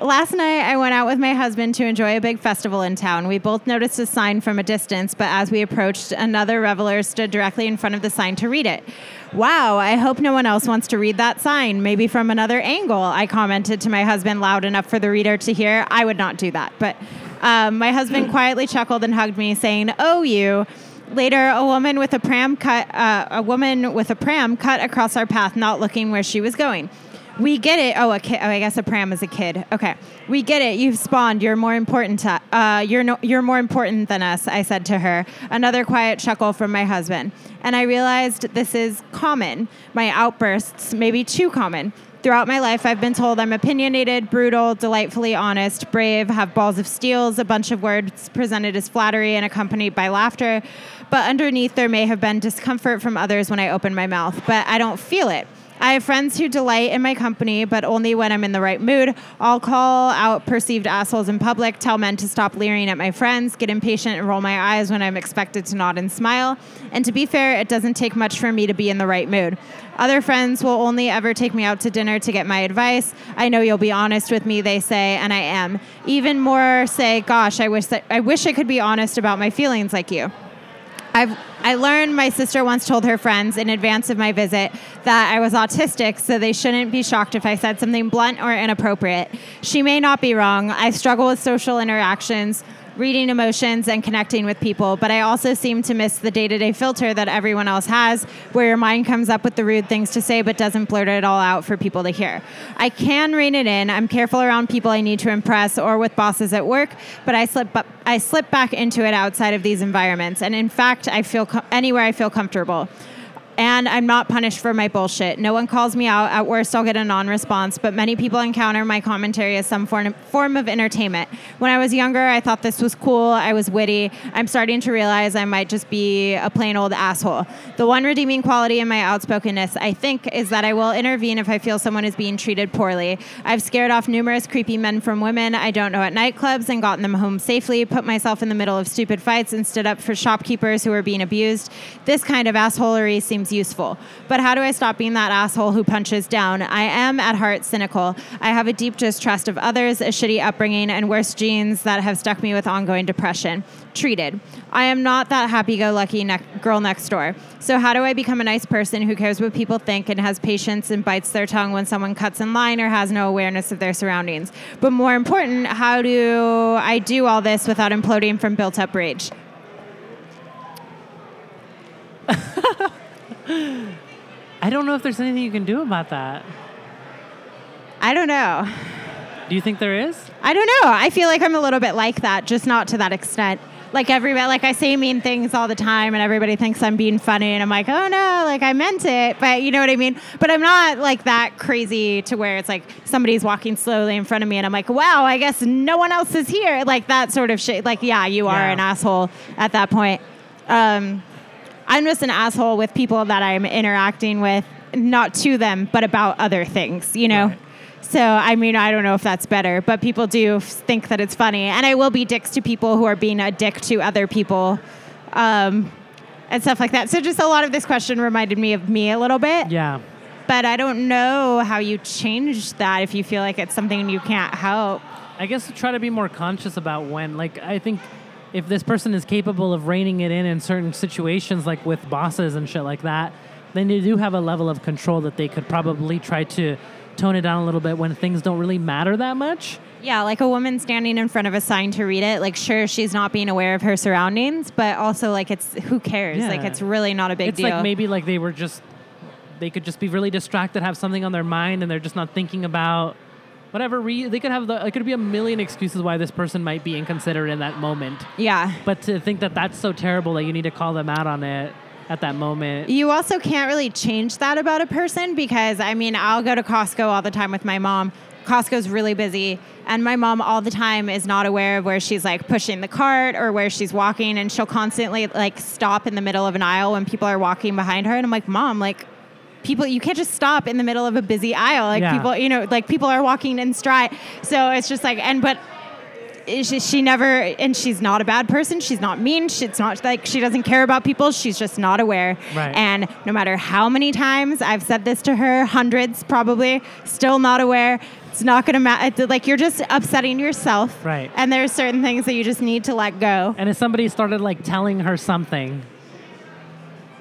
last night I went out with my husband to enjoy a big festival in town. We both noticed a sign from a distance, but as we approached, another reveler stood directly in front of the sign to read it. Wow, I hope no one else wants to read that sign, maybe from another angle. I commented to my husband loud enough for the reader to hear. I would not do that, but um, my husband quietly chuckled and hugged me, saying, "Oh, you." Later, a woman with a pram cut uh, a woman with a pram cut across our path, not looking where she was going. We get it. Oh, a kid. Oh, I guess a pram is a kid. Okay, we get it. You've spawned. You're more important. To, uh, you're no, you're more important than us. I said to her. Another quiet chuckle from my husband, and I realized this is common. My outbursts, maybe too common. Throughout my life, I've been told I'm opinionated, brutal, delightfully honest, brave, have balls of steels, a bunch of words presented as flattery and accompanied by laughter. But underneath, there may have been discomfort from others when I open my mouth, but I don't feel it. I have friends who delight in my company, but only when I'm in the right mood. I'll call out perceived assholes in public, tell men to stop leering at my friends, get impatient and roll my eyes when I'm expected to nod and smile. And to be fair, it doesn't take much for me to be in the right mood. Other friends will only ever take me out to dinner to get my advice. I know you'll be honest with me, they say, and I am. Even more say, gosh, I wish that I wish I could be honest about my feelings like you. I've I learned my sister once told her friends in advance of my visit that I was autistic, so they shouldn't be shocked if I said something blunt or inappropriate. She may not be wrong. I struggle with social interactions, reading emotions, and connecting with people, but I also seem to miss the day to day filter that everyone else has, where your mind comes up with the rude things to say but doesn't blurt it all out for people to hear. I can rein it in. I'm careful around people I need to impress or with bosses at work, but I slip, bu- I slip back into it outside of these environments. And in fact, I feel co- anywhere I feel comfortable and I'm not punished for my bullshit. No one calls me out. At worst, I'll get a non response, but many people encounter my commentary as some form, form of entertainment. When I was younger, I thought this was cool. I was witty. I'm starting to realize I might just be a plain old asshole. The one redeeming quality in my outspokenness, I think, is that I will intervene if I feel someone is being treated poorly. I've scared off numerous creepy men from women I don't know at nightclubs and gotten them home safely, put myself in the middle of stupid fights, and stood up for shopkeepers who were being abused. This kind of assholery seems useful. But how do I stop being that asshole who punches down? I am at heart cynical. I have a deep distrust of others, a shitty upbringing, and worse genes that have stuck me with ongoing depression. Treated. I am not that happy go lucky ne- girl next door. So, how do I become a nice person who cares what people think and has patience and bites their tongue when someone cuts in line or has no awareness of their surroundings? But more important, how do I do all this without imploding from built up rage? I don't know if there's anything you can do about that. I don't know. Do you think there is? I don't know. I feel like I'm a little bit like that, just not to that extent. Like everybody, like I say mean things all the time, and everybody thinks I'm being funny, and I'm like, oh no, like I meant it, but you know what I mean. But I'm not like that crazy to where it's like somebody's walking slowly in front of me, and I'm like, wow, I guess no one else is here, like that sort of shit. Like, yeah, you are Yeah. an asshole at that point. Um, I'm just an asshole with people that I'm interacting with, not to them, but about other things, you know? Right. So, I mean, I don't know if that's better, but people do f- think that it's funny. And I will be dicks to people who are being a dick to other people um, and stuff like that. So, just a lot of this question reminded me of me a little bit. Yeah. But I don't know how you change that if you feel like it's something you can't help. I guess try to be more conscious about when. Like, I think if this person is capable of reining it in in certain situations, like with bosses and shit like that, then they do have a level of control that they could probably try to tone it down a little bit when things don't really matter that much. Yeah, like a woman standing in front of a sign to read it. Like, sure, she's not being aware of her surroundings, but also, like, it's who cares? Yeah. Like, it's really not a big it's deal. like maybe like they were just they could just be really distracted, have something on their mind, and they're just not thinking about whatever. Re- they could have the. It could be a million excuses why this person might be inconsiderate in that moment. yeah. But to think that that's so terrible that you need to call them out on it at that moment. You also can't really change that about a person because, I mean, I'll go to Costco all the time with my mom. Costco's really busy, and my mom all the time is not aware of where she's like pushing the cart or where she's walking, and she'll constantly like stop in the middle of an aisle when people are walking behind her. And I'm like, Mom, like, people you can't just stop in the middle of a busy aisle like Yeah. people you know like people are walking in stride so it's just like and but she, she never and she's not a bad person she's not mean she, it's not like she doesn't care about people she's just not aware Right. and no matter how many times i've said this to her hundreds probably still not aware It's not going to matter. Like you're just upsetting yourself. Right. And there's certain things that you just need to let go. And if somebody started like telling her something,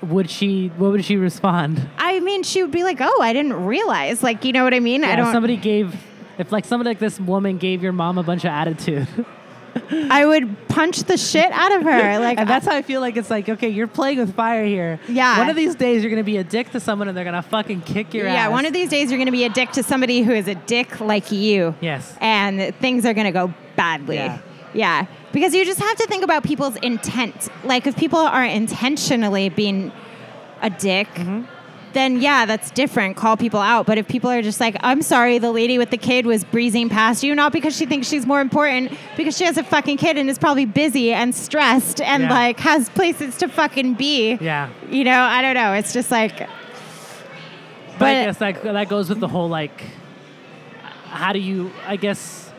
would she? What would she respond? I mean, she would be like, "Oh, I didn't realize." Like, you know what I mean? I Yeah, don't. if somebody gave. If like somebody like this woman gave your mom a bunch of attitude, I would punch the shit out of her. Like and that's how I feel like it's like okay, you're playing with fire here. Yeah. One of these days you're gonna be a dick to someone and they're gonna fucking kick your ass. Yeah, one of these days you're going to be a dick to somebody who is a dick like you. Yes. And things are going to go badly. Yeah. Yeah. Because you just have to think about people's intent. Like, if people are intentionally being a dick, Mm-hmm. then yeah, that's different. Call people out. But if people are just like, I'm sorry, the lady with the kid was breezing past you, not because she thinks she's more important, because she has a fucking kid and is probably busy and stressed and Yeah. like has places to fucking be. Yeah. You know, I don't know. It's just like, But, I But- guess that that goes with the whole like, how do you? I guess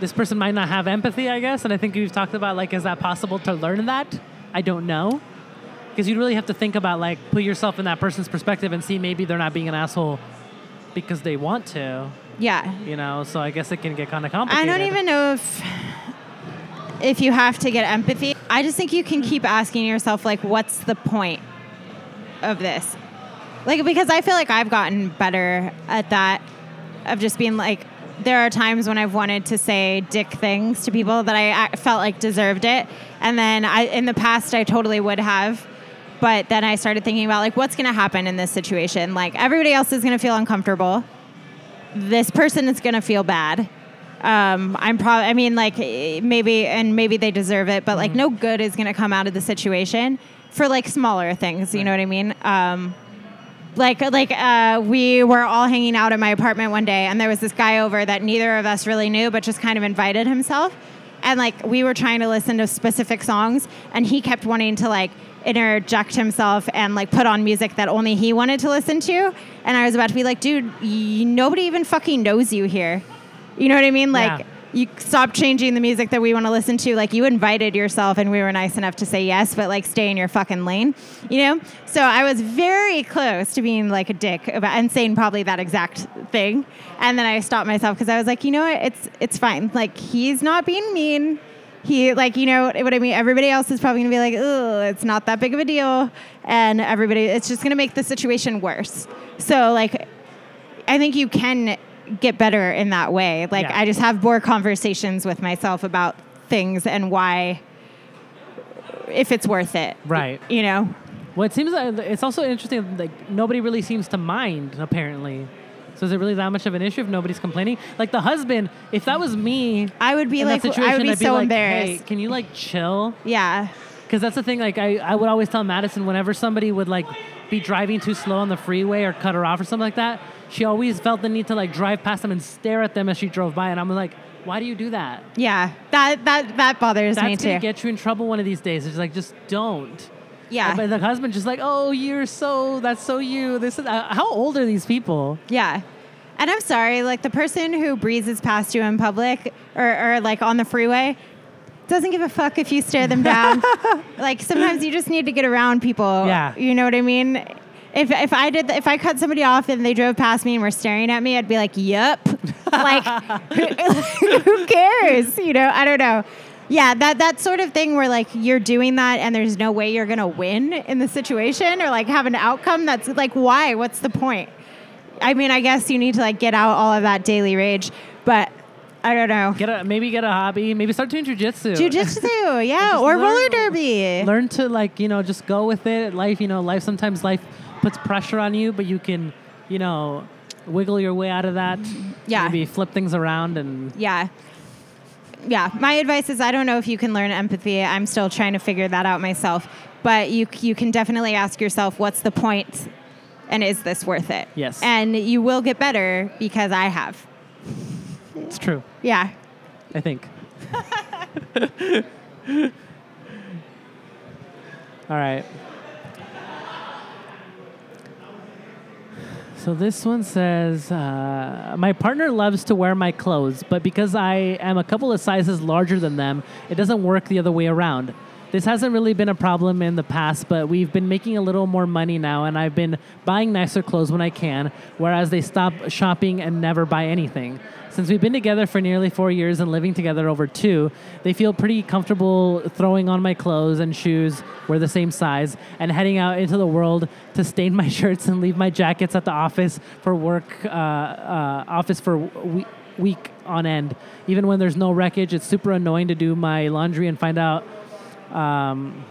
this person might not have empathy. I guess, and I think we've talked about like, is that possible to learn that? I don't know, because you'd really have to think about like, put yourself in that person's perspective and see maybe they're not being an asshole because they want to, yeah. you know. So I guess it can get kind of I complicated. don't even know if if you have to get empathy. I just think you can keep asking yourself like what's the point of this? Like because I feel like I've gotten better at that of just being like there are times when I've wanted to say dick things to people that I ac- felt like deserved it and then I in the past I totally would have but then I started thinking about like what's going to happen in this situation? Like everybody else is going to feel uncomfortable. This person is going to feel bad um, I'm probably, I mean, like eh, maybe, and maybe they deserve it, but like no good is going to come out of the situation for like smaller things. You know what I mean? Um, like, like uh, we were all hanging out at my apartment one day, and there was this guy over that neither of us really knew, but just kind of invited himself. And like we were trying to listen to specific songs, and he kept wanting to like interject himself and like put on music that only he wanted to listen to. And I was about to be like, dude, y- nobody even fucking knows you here. You know what I mean? Like Yeah. you stop changing the music that we want to listen to. Like you invited yourself and we were nice enough to say yes, but like stay in your fucking lane, you know? So I was very close to being like a dick about and saying probably that exact thing. And then I stopped myself because I was like, you know what, it's it's fine. Like he's not being mean. He like you know what I mean. Everybody else is probably gonna be like, "Ugh, it's not that big of a deal," and everybody, it's just gonna make the situation worse. So like, I think you can get better in that way. Like Yeah. I just have more conversations with myself about things and why if it's worth it. Right. You know? Well, it seems like it's also interesting. Like nobody really seems to mind, apparently. So is it really that much of an issue if nobody's complaining? Like the husband, if that was me, I would be in like that situation, I would be I'd so like, Hey, embarrassed. can you like chill? Yeah. Because that's the thing. Like I, I would always tell Madison whenever somebody would like be driving too slow on the freeway or cut her off or something like that, she always felt the need to like drive past them and stare at them as she drove by, and I'm like, why do you do that? Yeah. That that that bothers That's me gonna too. get you in trouble one of these days. It's like just don't. yeah. But the husband just like, oh, you're so that's so you. This is uh, how old are these people? Yeah. And I'm sorry, like the person who breezes past you in public or, or like on the freeway doesn't give a fuck if you stare them down. like sometimes you just need to get around people. Yeah. You know what I mean? If, if I did if I cut somebody off and they drove past me and were staring at me, I'd be like, "Yup." like, who, who cares? You know, I don't know. Yeah, that that sort of thing where like you're doing that and there's no way you're gonna win in the situation or like have an outcome. That's like, why? What's the point? I mean, I guess you need to like get out all of that daily rage, but I don't know. Get a maybe get a hobby. Maybe start doing jujitsu. Jujitsu, yeah, just or learn- roller derby. learn to like you know just go with it life you know life sometimes life puts pressure on you but you can you know wiggle your way out of that Yeah. maybe flip things around and Yeah. Yeah. My advice is I don't know if you can learn empathy. I'm still trying to figure that out myself, but you you can definitely ask yourself what's the point and is this worth it? Yes. And you will get better because I have. it's true Yeah. i think all right so this one says uh, my partner loves to wear my clothes but because i am a couple of sizes larger than them it doesn't work the other way around this hasn't really been a problem in the past, but we've been making a little more money now, and I've been buying nicer clothes when I can, whereas they stop shopping and never buy anything. Since we've been together for nearly four years and living together over two, they feel pretty comfortable throwing on my clothes and shoes, we're the same size, and heading out into the world to stain my shirts and leave my jackets at the office for work, uh, uh, office for we- week on end. Even when there's no wreckage, it's super annoying to do my laundry and find out um,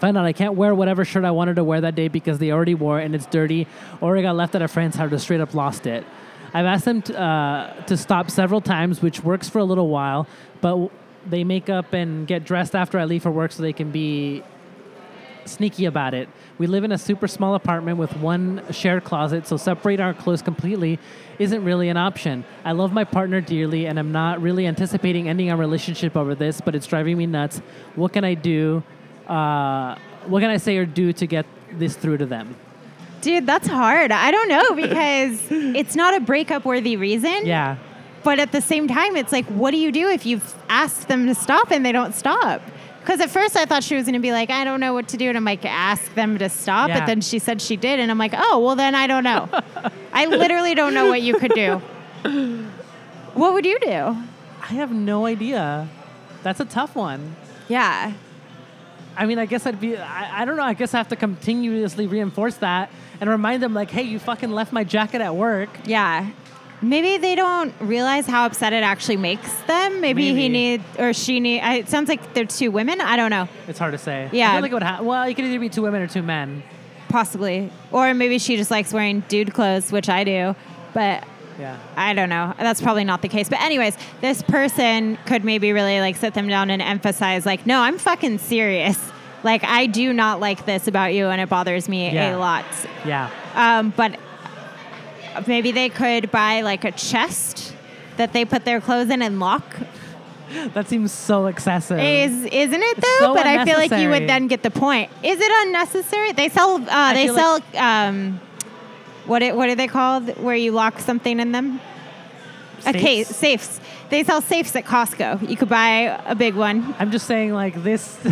find out I can't wear whatever shirt I wanted to wear that day because they already wore it and it's dirty, or I got left at a friend's house or straight up lost it. I've asked them to, uh, to stop several times, which works for a little while, but w- they make up and get dressed after I leave for work so they can be sneaky about it. We live in a super small apartment with one shared closet, so separating our clothes completely isn't really an option. I love my partner dearly, and I'm not really anticipating ending our relationship over this, but it's driving me nuts. What can I do? Uh, what can I say or do to get this through to them? Dude, that's hard. I don't know because it's not a breakup worthy reason. Yeah. But at the same time, it's like, what do you do if you've asked them to stop and they don't stop? Because at first I thought she was going to be like, I don't know what to do. And I'm like, ask them to stop. Yeah. But then she said she did. And I'm like, oh, well, then I don't know. I literally don't know what you could do. What would you do? I have no idea. That's a tough one. Yeah. I mean, I guess I'd be, I, I don't know, I guess I have to continuously reinforce that and remind them, like, hey, you fucking left my jacket at work. Yeah. Maybe they don't realize how upset it actually makes them. Maybe, Maybe. he need or she need. I, it sounds like they're two women. I don't know. It's hard to say. I Yeah. feel like it would ha- well, it could either be two women or two men. Possibly. Or maybe she just likes wearing dude clothes, which I do. But Yeah. I don't know. That's probably not the case. But anyways, this person could maybe really like sit them down and emphasize like, "No, I'm fucking serious. Like I do not like this about you and it bothers me Yeah. a lot." Yeah. Um, but maybe they could buy like a chest that they put their clothes in and lock. That seems so excessive. Is isn't it though? so but I feel like you unnecessary. would then get the point. Is it unnecessary? They sell. Uh, they feel sell. like- um, what it, what are they called? Where you lock something in them? A case Safes? safes. They sell safes at Costco. You could buy a big one. I'm just saying, like, this,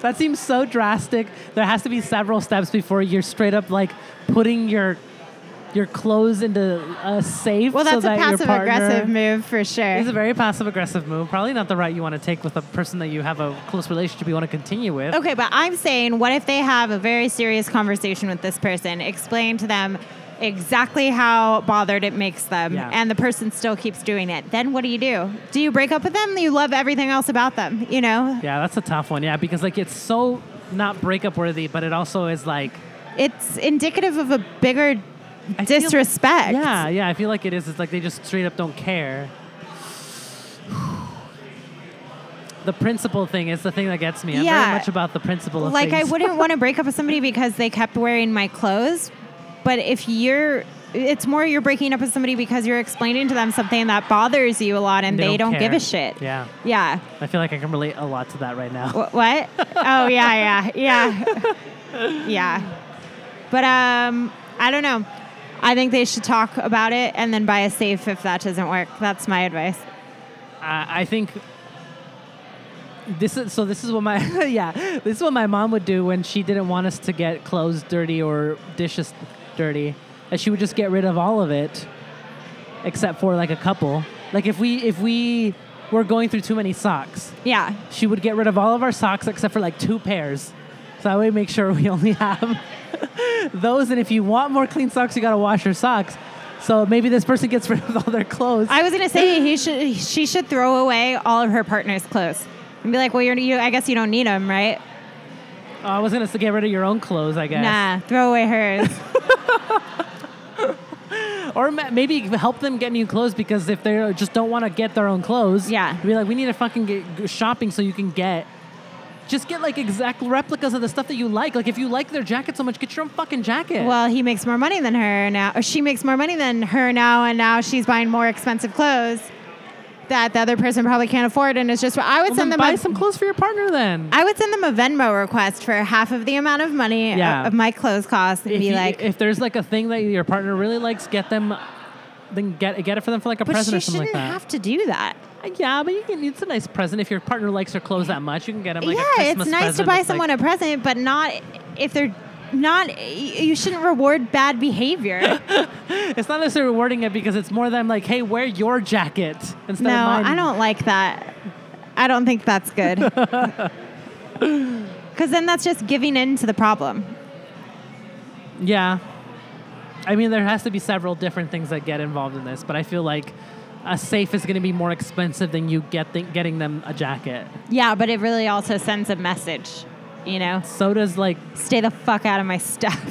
that seems so drastic. There has to be several steps before you're straight up, like, putting your your clothes into a safe. Well, so that's that a your passive aggressive partner- move for sure. It's a very passive aggressive move. Probably not the right you want to take with a person that you have a close relationship you want to continue with. Okay, but I'm saying, what if they have a very serious conversation with this person? Explain to them exactly how bothered it makes them, Yeah. and the person still keeps doing it. Then what do you do? Do you break up with them? You love everything else about them, you know? Yeah, that's a tough one. Yeah, because, like, it's so not breakup worthy, but it also is like, It's indicative of a bigger I feel- disrespect. Yeah, yeah, I feel like it is. It's like they just straight up don't care. The principle thing is the thing that gets me. I'm Yeah. very much about the principle of Like I things. wouldn't want to break up with somebody because they kept wearing my clothes, but if you're it's more you're breaking up with somebody because you're explaining to them something that bothers you a lot and they, don't, give care. a shit. Yeah, Yeah. I feel like I can relate a lot to that right now. Wh- what? oh yeah, yeah, yeah, yeah. But um, I don't know. I think they should talk about it and then buy a safe if that doesn't work. That's my advice. I, I think this is so. This is what my yeah. This is what my mom would do when she didn't want us to get clothes dirty or dishes dirty, and she would just get rid of all of it, except for like a couple. Like if we if we were going through too many socks, Yeah, she would get rid of all of our socks except for like two pairs. So that way, make sure we only have those. And if you want more clean socks, you gotta wash your socks. So maybe this person gets rid of all their clothes. I was gonna say he should. She should throw away all of her partner's clothes and be like, "Well, you're, you. I guess you don't need them, right? Oh, I was gonna say get rid of your own clothes, I guess. Nah, throw away hers. Or ma- maybe help them get new clothes because if they just don't want to get their own clothes, Yeah. be like, we need to fucking get go shopping so you can get. Just get like exact replicas of the stuff that you like. Like if you like their jacket so much, get your own fucking jacket. well, he makes more money than her now. Or she makes more money than her now, and now she's buying more expensive clothes that the other person probably can't afford. And it's just. I would Well, send then them buy a- some clothes for your partner then. I would send them a Venmo request for half of the amount of money Yeah. of my clothes cost and if, be you- like, if there's like a thing that your partner really likes, get them then get get it for them for like a But present she or something shouldn't like that. have to do that. Yeah, but you can. It's a nice present if your partner likes her clothes that much. You can get them like a yeah, it's Christmas nice to present buy that's, like- someone a present, but not if they're not. y- You shouldn't reward bad behavior. It's not necessarily rewarding it because it's more than like, hey, wear your jacket instead no, of mine. I don't like that. I don't think that's good. Because then that's just giving in to the problem. Yeah. I mean, there has to be several different things that get involved in this, but I feel like a safe is going to be more expensive than you get th- getting them a jacket. Yeah, but it really also sends a message. You know, So does like, stay the fuck out of my stuff.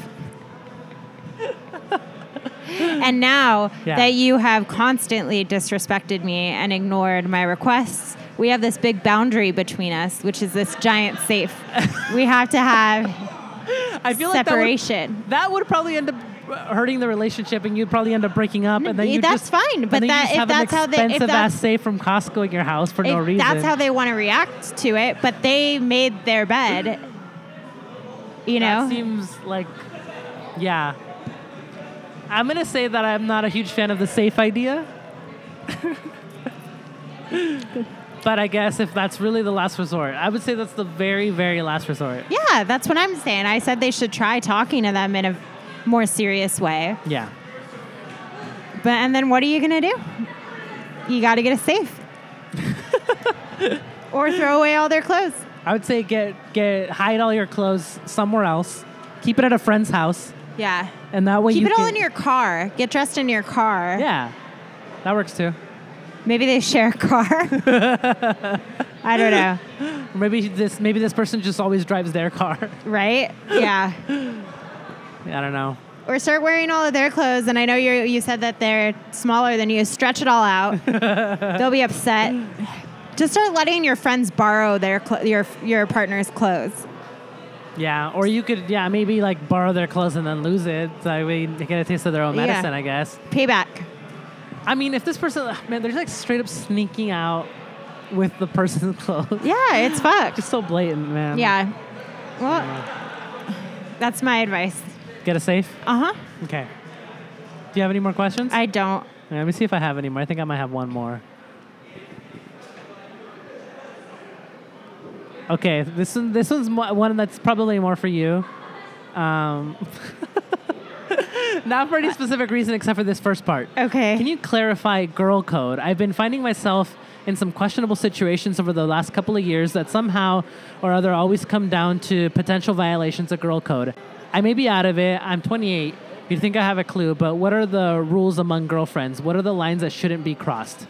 and now Yeah. that you have constantly disrespected me and ignored my requests, we have this big boundary between us, which is this giant safe. we have to have I feel like that would, separation. that would probably end up hurting the relationship, and you'd probably end up breaking up, and then you That's just, fine, and but then you that- just if have that's an how they- if expensive that's- ass safe from Costco in your house for no if reason. that's how they want to react to it, but they made their bed. You know? That seems like, yeah. I'm gonna say that I'm not a huge fan of the safe idea. but I guess if that's really the last resort, I would say that's the very, very last resort. yeah, that's what I'm saying. I said they should try talking to them in a more serious way. Yeah. But and then what are you gonna do? You got to get a safe, or throw away all their clothes. I would say get get hide all your clothes somewhere else. Keep it at a friend's house, Yeah. and that way Keep you it all can- in your car. Get dressed in your car. yeah. That works too. Maybe they share a car. I don't know. Or maybe this maybe this person just always drives their car. Right? Yeah. I don't know. Or start wearing all of their clothes. And I know you you said that they're smaller than you. Stretch it all out. They'll be upset. Just start letting your friends borrow their cl- your your partner's clothes. Yeah, or you could, yeah, maybe like borrow their clothes and then lose it. So I mean, they get a taste of their own Yeah. medicine, I guess. Payback. I mean, if this person, man, they're like straight up sneaking out with the person's clothes. Yeah, it's fucked. Just so blatant, man. Yeah. Well, that's my advice. Get a safe. Uh huh. Okay. Do you have any more questions? I don't. Yeah, Let me see if I have any more. I think I might have one more. Okay, this one, this one's mo- one that's probably more for you. Um, not for any specific reason except for this first part. Okay. Can you clarify girl code? I've been finding myself in some questionable situations over the last couple of years that somehow or other always come down to potential violations of girl code. I may be out of it. I'm 28. You'd think I have a clue, but what are the rules among girlfriends? What are the lines that shouldn't be crossed?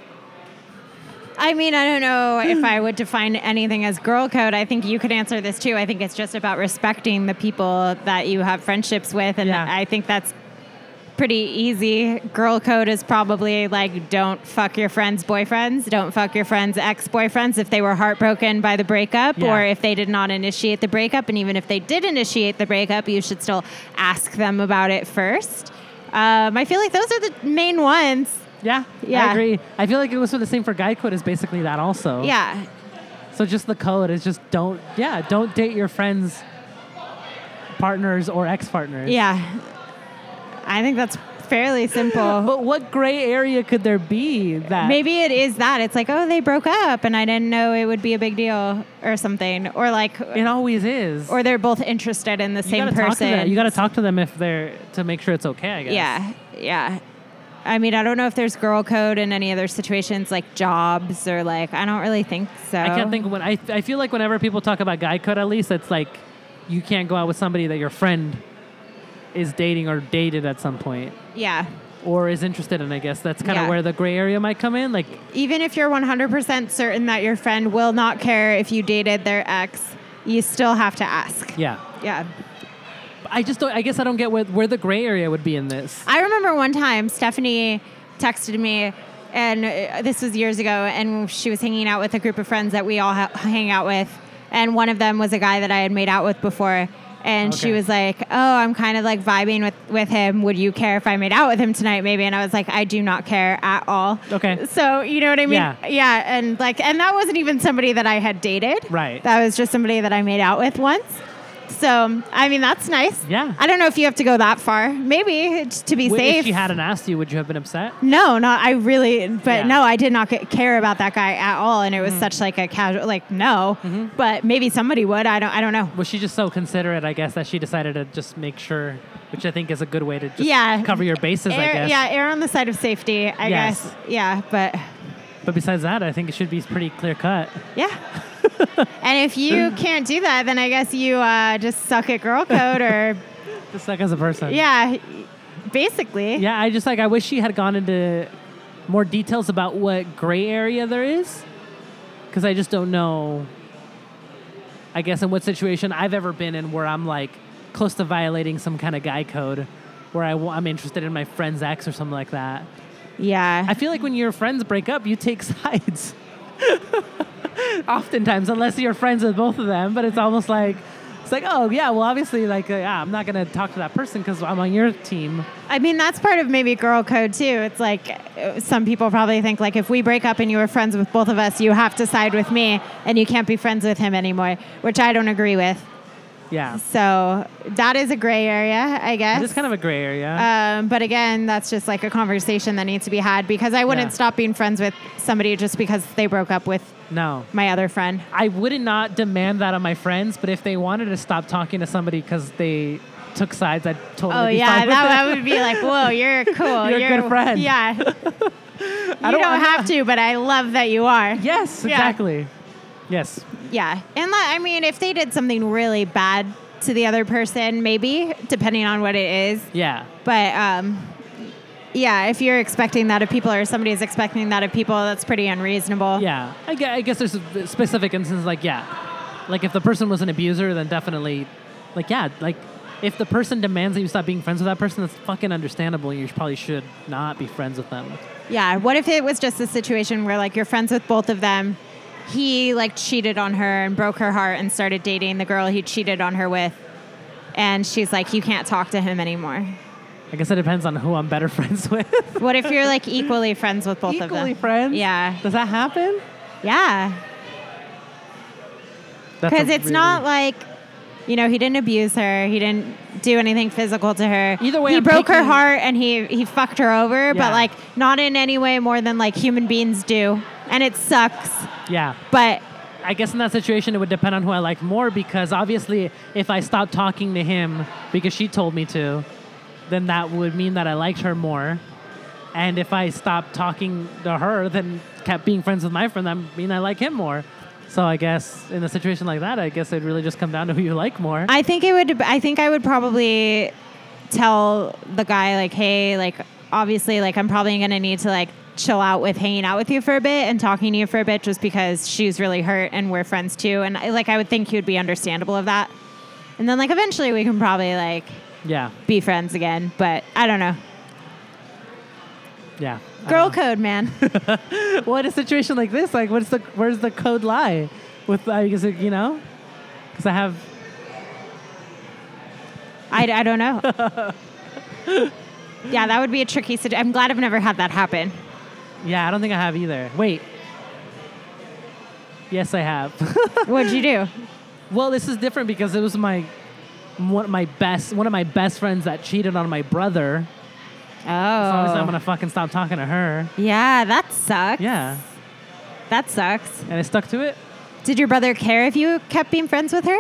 I mean, I don't know if I would define anything as girl code. I think you could answer this too. I think it's just about respecting the people that you have friendships with. And Yeah. I think that's pretty easy. Girl code is probably like don't fuck your friends' boyfriends, don't fuck your friends' ex boyfriends if they were heartbroken by the breakup Yeah. or if they did not initiate the breakup. And even if they did initiate the breakup, you should still ask them about it first. Um, I feel like those are the main ones. Yeah, I Yeah. agree. I feel like it was the same for guy code is basically that also. Yeah. So just the code is just don't yeah don't date your friends, partners or ex partners. Yeah. I think that's fairly simple. But what gray area could there be that Maybe it is that. It's like, oh, they broke up and I didn't know it would be a big deal or something. Or like it always is? or they're both interested in the you same gotta Talk to person. them. You got to talk to them if they're to make sure it's okay. I guess. Yeah. Yeah. I mean, I don't know if there's girl code in any other situations like jobs or like I don't really think so. I can't think when I I feel like whenever people talk about guy code, at least it's like you can't go out with somebody that your friend is dating or dated at some point Yeah. or is interested in. I guess that's kind of Yeah. where the gray area might come in. Like Even if you're 100% certain that your friend will not care if you dated their ex, you still have to ask. yeah. Yeah. I just don't. I guess I don't get where, where the gray area would be in this. I remember one time Stephanie texted me, and uh, this was years ago, and she was hanging out with a group of friends that we all ha- hang out with, and one of them was a guy that I had made out with before. And she Okay. was like, "Oh, I'm kind of like vibing with with him. Would you care if I made out with him tonight, maybe?" And I was like, "I do not care at all." Okay. So you know what I mean? Yeah. yeah and like, and that wasn't even somebody that I had dated. Right. That was just somebody that I made out with once. So, I mean, that's nice. Yeah. I don't know if you have to go that far. Maybe it's to be W- safe. If she hadn't asked you, would you have been upset? No, no, I really, but Yeah. Mm-hmm. no, I did not ca- care about that guy at all, and it was such like a casual, like no, but maybe somebody would. I don't, I don't know. Was she just so considerate, I guess, that she decided to just make sure, which I think is a good way to just Yeah. cover your bases, I Err- guess. Yeah, err on the side of safety, I Yes. guess. Yeah, but But besides that, I think it should be pretty clear cut. yeah. and if you can't do that, then I guess you uh, just suck at girl code, or Just like as a person. yeah, basically. Yeah, I just like, I wish she had gone into more details about what gray area there is. Because I just don't know, I guess, in what situation I've ever been in where I'm like close to violating some kind of guy code where I, am interested in my friend's ex or something like that. Yeah. I feel like when your friends break up, you take sides. Oftentimes, unless you're friends with both of them, but it's almost like it's like, oh yeah, well obviously, like uh, yeah, I'm not gonna talk to that person because I'm on your team. I mean, that's part of maybe girl code too. It's like uh, some people probably think like if we break up and you were friends with both of us, you have to side with me and you can't be friends with him anymore, which I don't agree with. Yeah, So that is a gray area, I guess. it's kind of a gray area. um, but again, that's just like a conversation that needs to be had because I wouldn't Yeah. stop being friends with somebody just because they broke up with no, my other friend. I would not demand that on my friends, but if they wanted to stop talking to somebody because they took sides, I'd totally. Oh be yeah, fine that, with that would be like, whoa, you're cool. You're a good friend. Yeah. you don't, I don't- I'm have to, but I love that you are. Yes, Yeah. exactly. Yes, Yeah. And that, I mean, if they did something really bad to the other person, maybe, depending on what it is. yeah. But um, yeah, if you're expecting that of people or somebody is expecting that of people, that's pretty unreasonable. Yeah, I guess, I guess there's a specific instances like yeah, like if the person was an abuser, then definitely, like yeah, like if the person demands that you stop being friends with that person, that's fucking understandable. You probably should not be friends with them. Yeah. What if it was just a situation where, like, you're friends with both of them? He, like, cheated on her and broke her heart and started dating the girl he cheated on her with. And she's like, you can't talk to him anymore. I guess it depends on who I'm better friends with. What if you're, like, equally friends with both of them? Equally friends. Yeah. Does that happen? Yeah. That's a Because it's really- not like, you know, he didn't abuse her. He didn't do anything physical to her. Either way, he I'm broke her picking- heart and he he fucked her over, Yeah. but like not in any way more than like human beings do, and it sucks. Yeah. But I guess in that situation, it would depend on who I like more because obviously, if I stopped talking to him because she told me to, then that would mean that I liked her more. And if I stopped talking to her, then kept being friends with my friend, that would mean I like him more. So I guess in a situation like that, I guess it'd really just come down to who you like more. I think it would. I think I would probably tell the guy like, hey, like obviously, like I'm probably gonna need to like chill out with hanging out with you for a bit and talking to you for a bit just because she's really hurt and we're friends too and I- like i would think he would be understandable of that and then like eventually we can probably like yeah, be friends again. But I don't know. yeah. I Girl don't code, man. know. Well, in a situation like this, like, what's the where's the code lie? With I guess you know, because I have I, I don't know. yeah, that would be a tricky situation. I'm glad I've never had that happen. yeah, I don't think I have either. Wait. Yes, I have. What'd you do? Well, this is different because it was my one of my best one of my best friends that cheated on my brother. Oh, So obviously I'm gonna fucking stop talking to her. yeah, that sucks. Yeah, that sucks. and I stuck to it. Did your brother care if you kept being friends with her?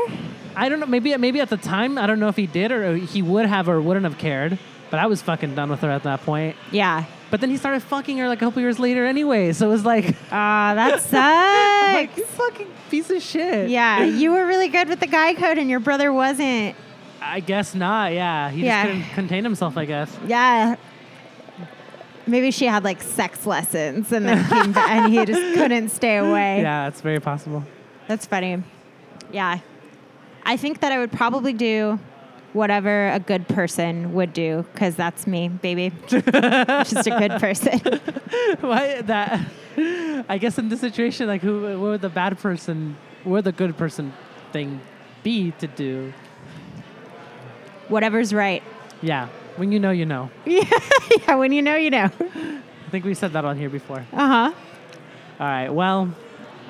I don't know. Maybe maybe at the time I don't know if he did or he would have or wouldn't have cared. But I was fucking done with her at that point. Yeah. But then he started fucking her like a couple years later anyway. So it was like, Ah, that like sucks. you fucking piece of shit. yeah, you were really good with the guy code, and your brother wasn't. I guess not. Yeah. He Yeah. just couldn't contain himself. I guess. Yeah. Maybe she had like sex lessons, and then came back, and he just couldn't stay away. Yeah, it's very possible. That's funny. Yeah. I think that I would probably do whatever a good person would do because that's me, baby. Just a good person. Why that? I guess in this situation, like, who, what would the bad person, what would the good person thing be to do? Whatever's right. Yeah, when you know, you know. yeah, when you know, you know. I think we said that on here before. Uh All right, well,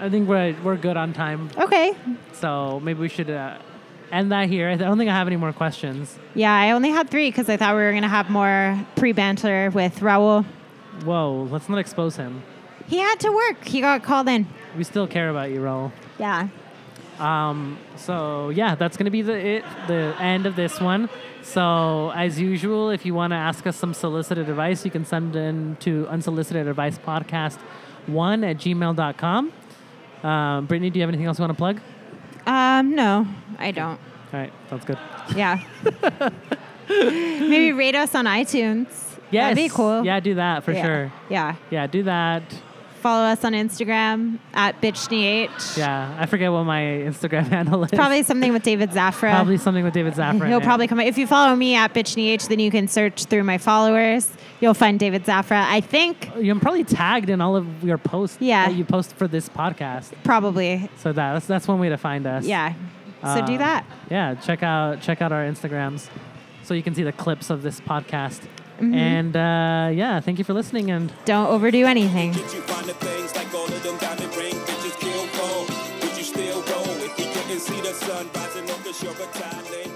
I think we're we're good on time, huh. Okay. so maybe we should uh, end that here. I don't think I have any more questions. Yeah, I only had three because I thought we were going to have more pre banter with Raul. Whoa, let's not expose him. He had to work. He got called in. We still care about you, Raul. Yeah. Um, so yeah, that's gonna be the it the end of this one. So as usual, if you want to ask us some solicited advice, you can send in to unsolicited advice podcast one at gmail.com. Um, Brittany, do you have anything else you want to plug? Um, no, I don't. All right, sounds good. Yeah. Maybe rate us on iTunes. Yes, That'd be cool. Yeah, do that for Yeah. sure. Yeah. Yeah, do that. Follow us on Instagram at bitchnh. Yeah, I forget what my Instagram handle is. Probably something with David Zafra. Probably something with David Zaffron. He'll in it. probably come. If you follow me at bitchnh, then you can search through my followers. You'll find David Zafra. I think You're probably tagged in all of your posts Yeah. that you post for this podcast. probably. So that, that's that's one way to find us. Yeah. So do Um, that. Yeah, check out check out our Instagrams, so you can see the clips of this podcast. And uh, yeah, thank you for listening. And Don't overdo anything. Did you find the things like all of them diamond ring bitches kill cold? Would you still roll if you couldn't see the sun rising off the sugar tide lake?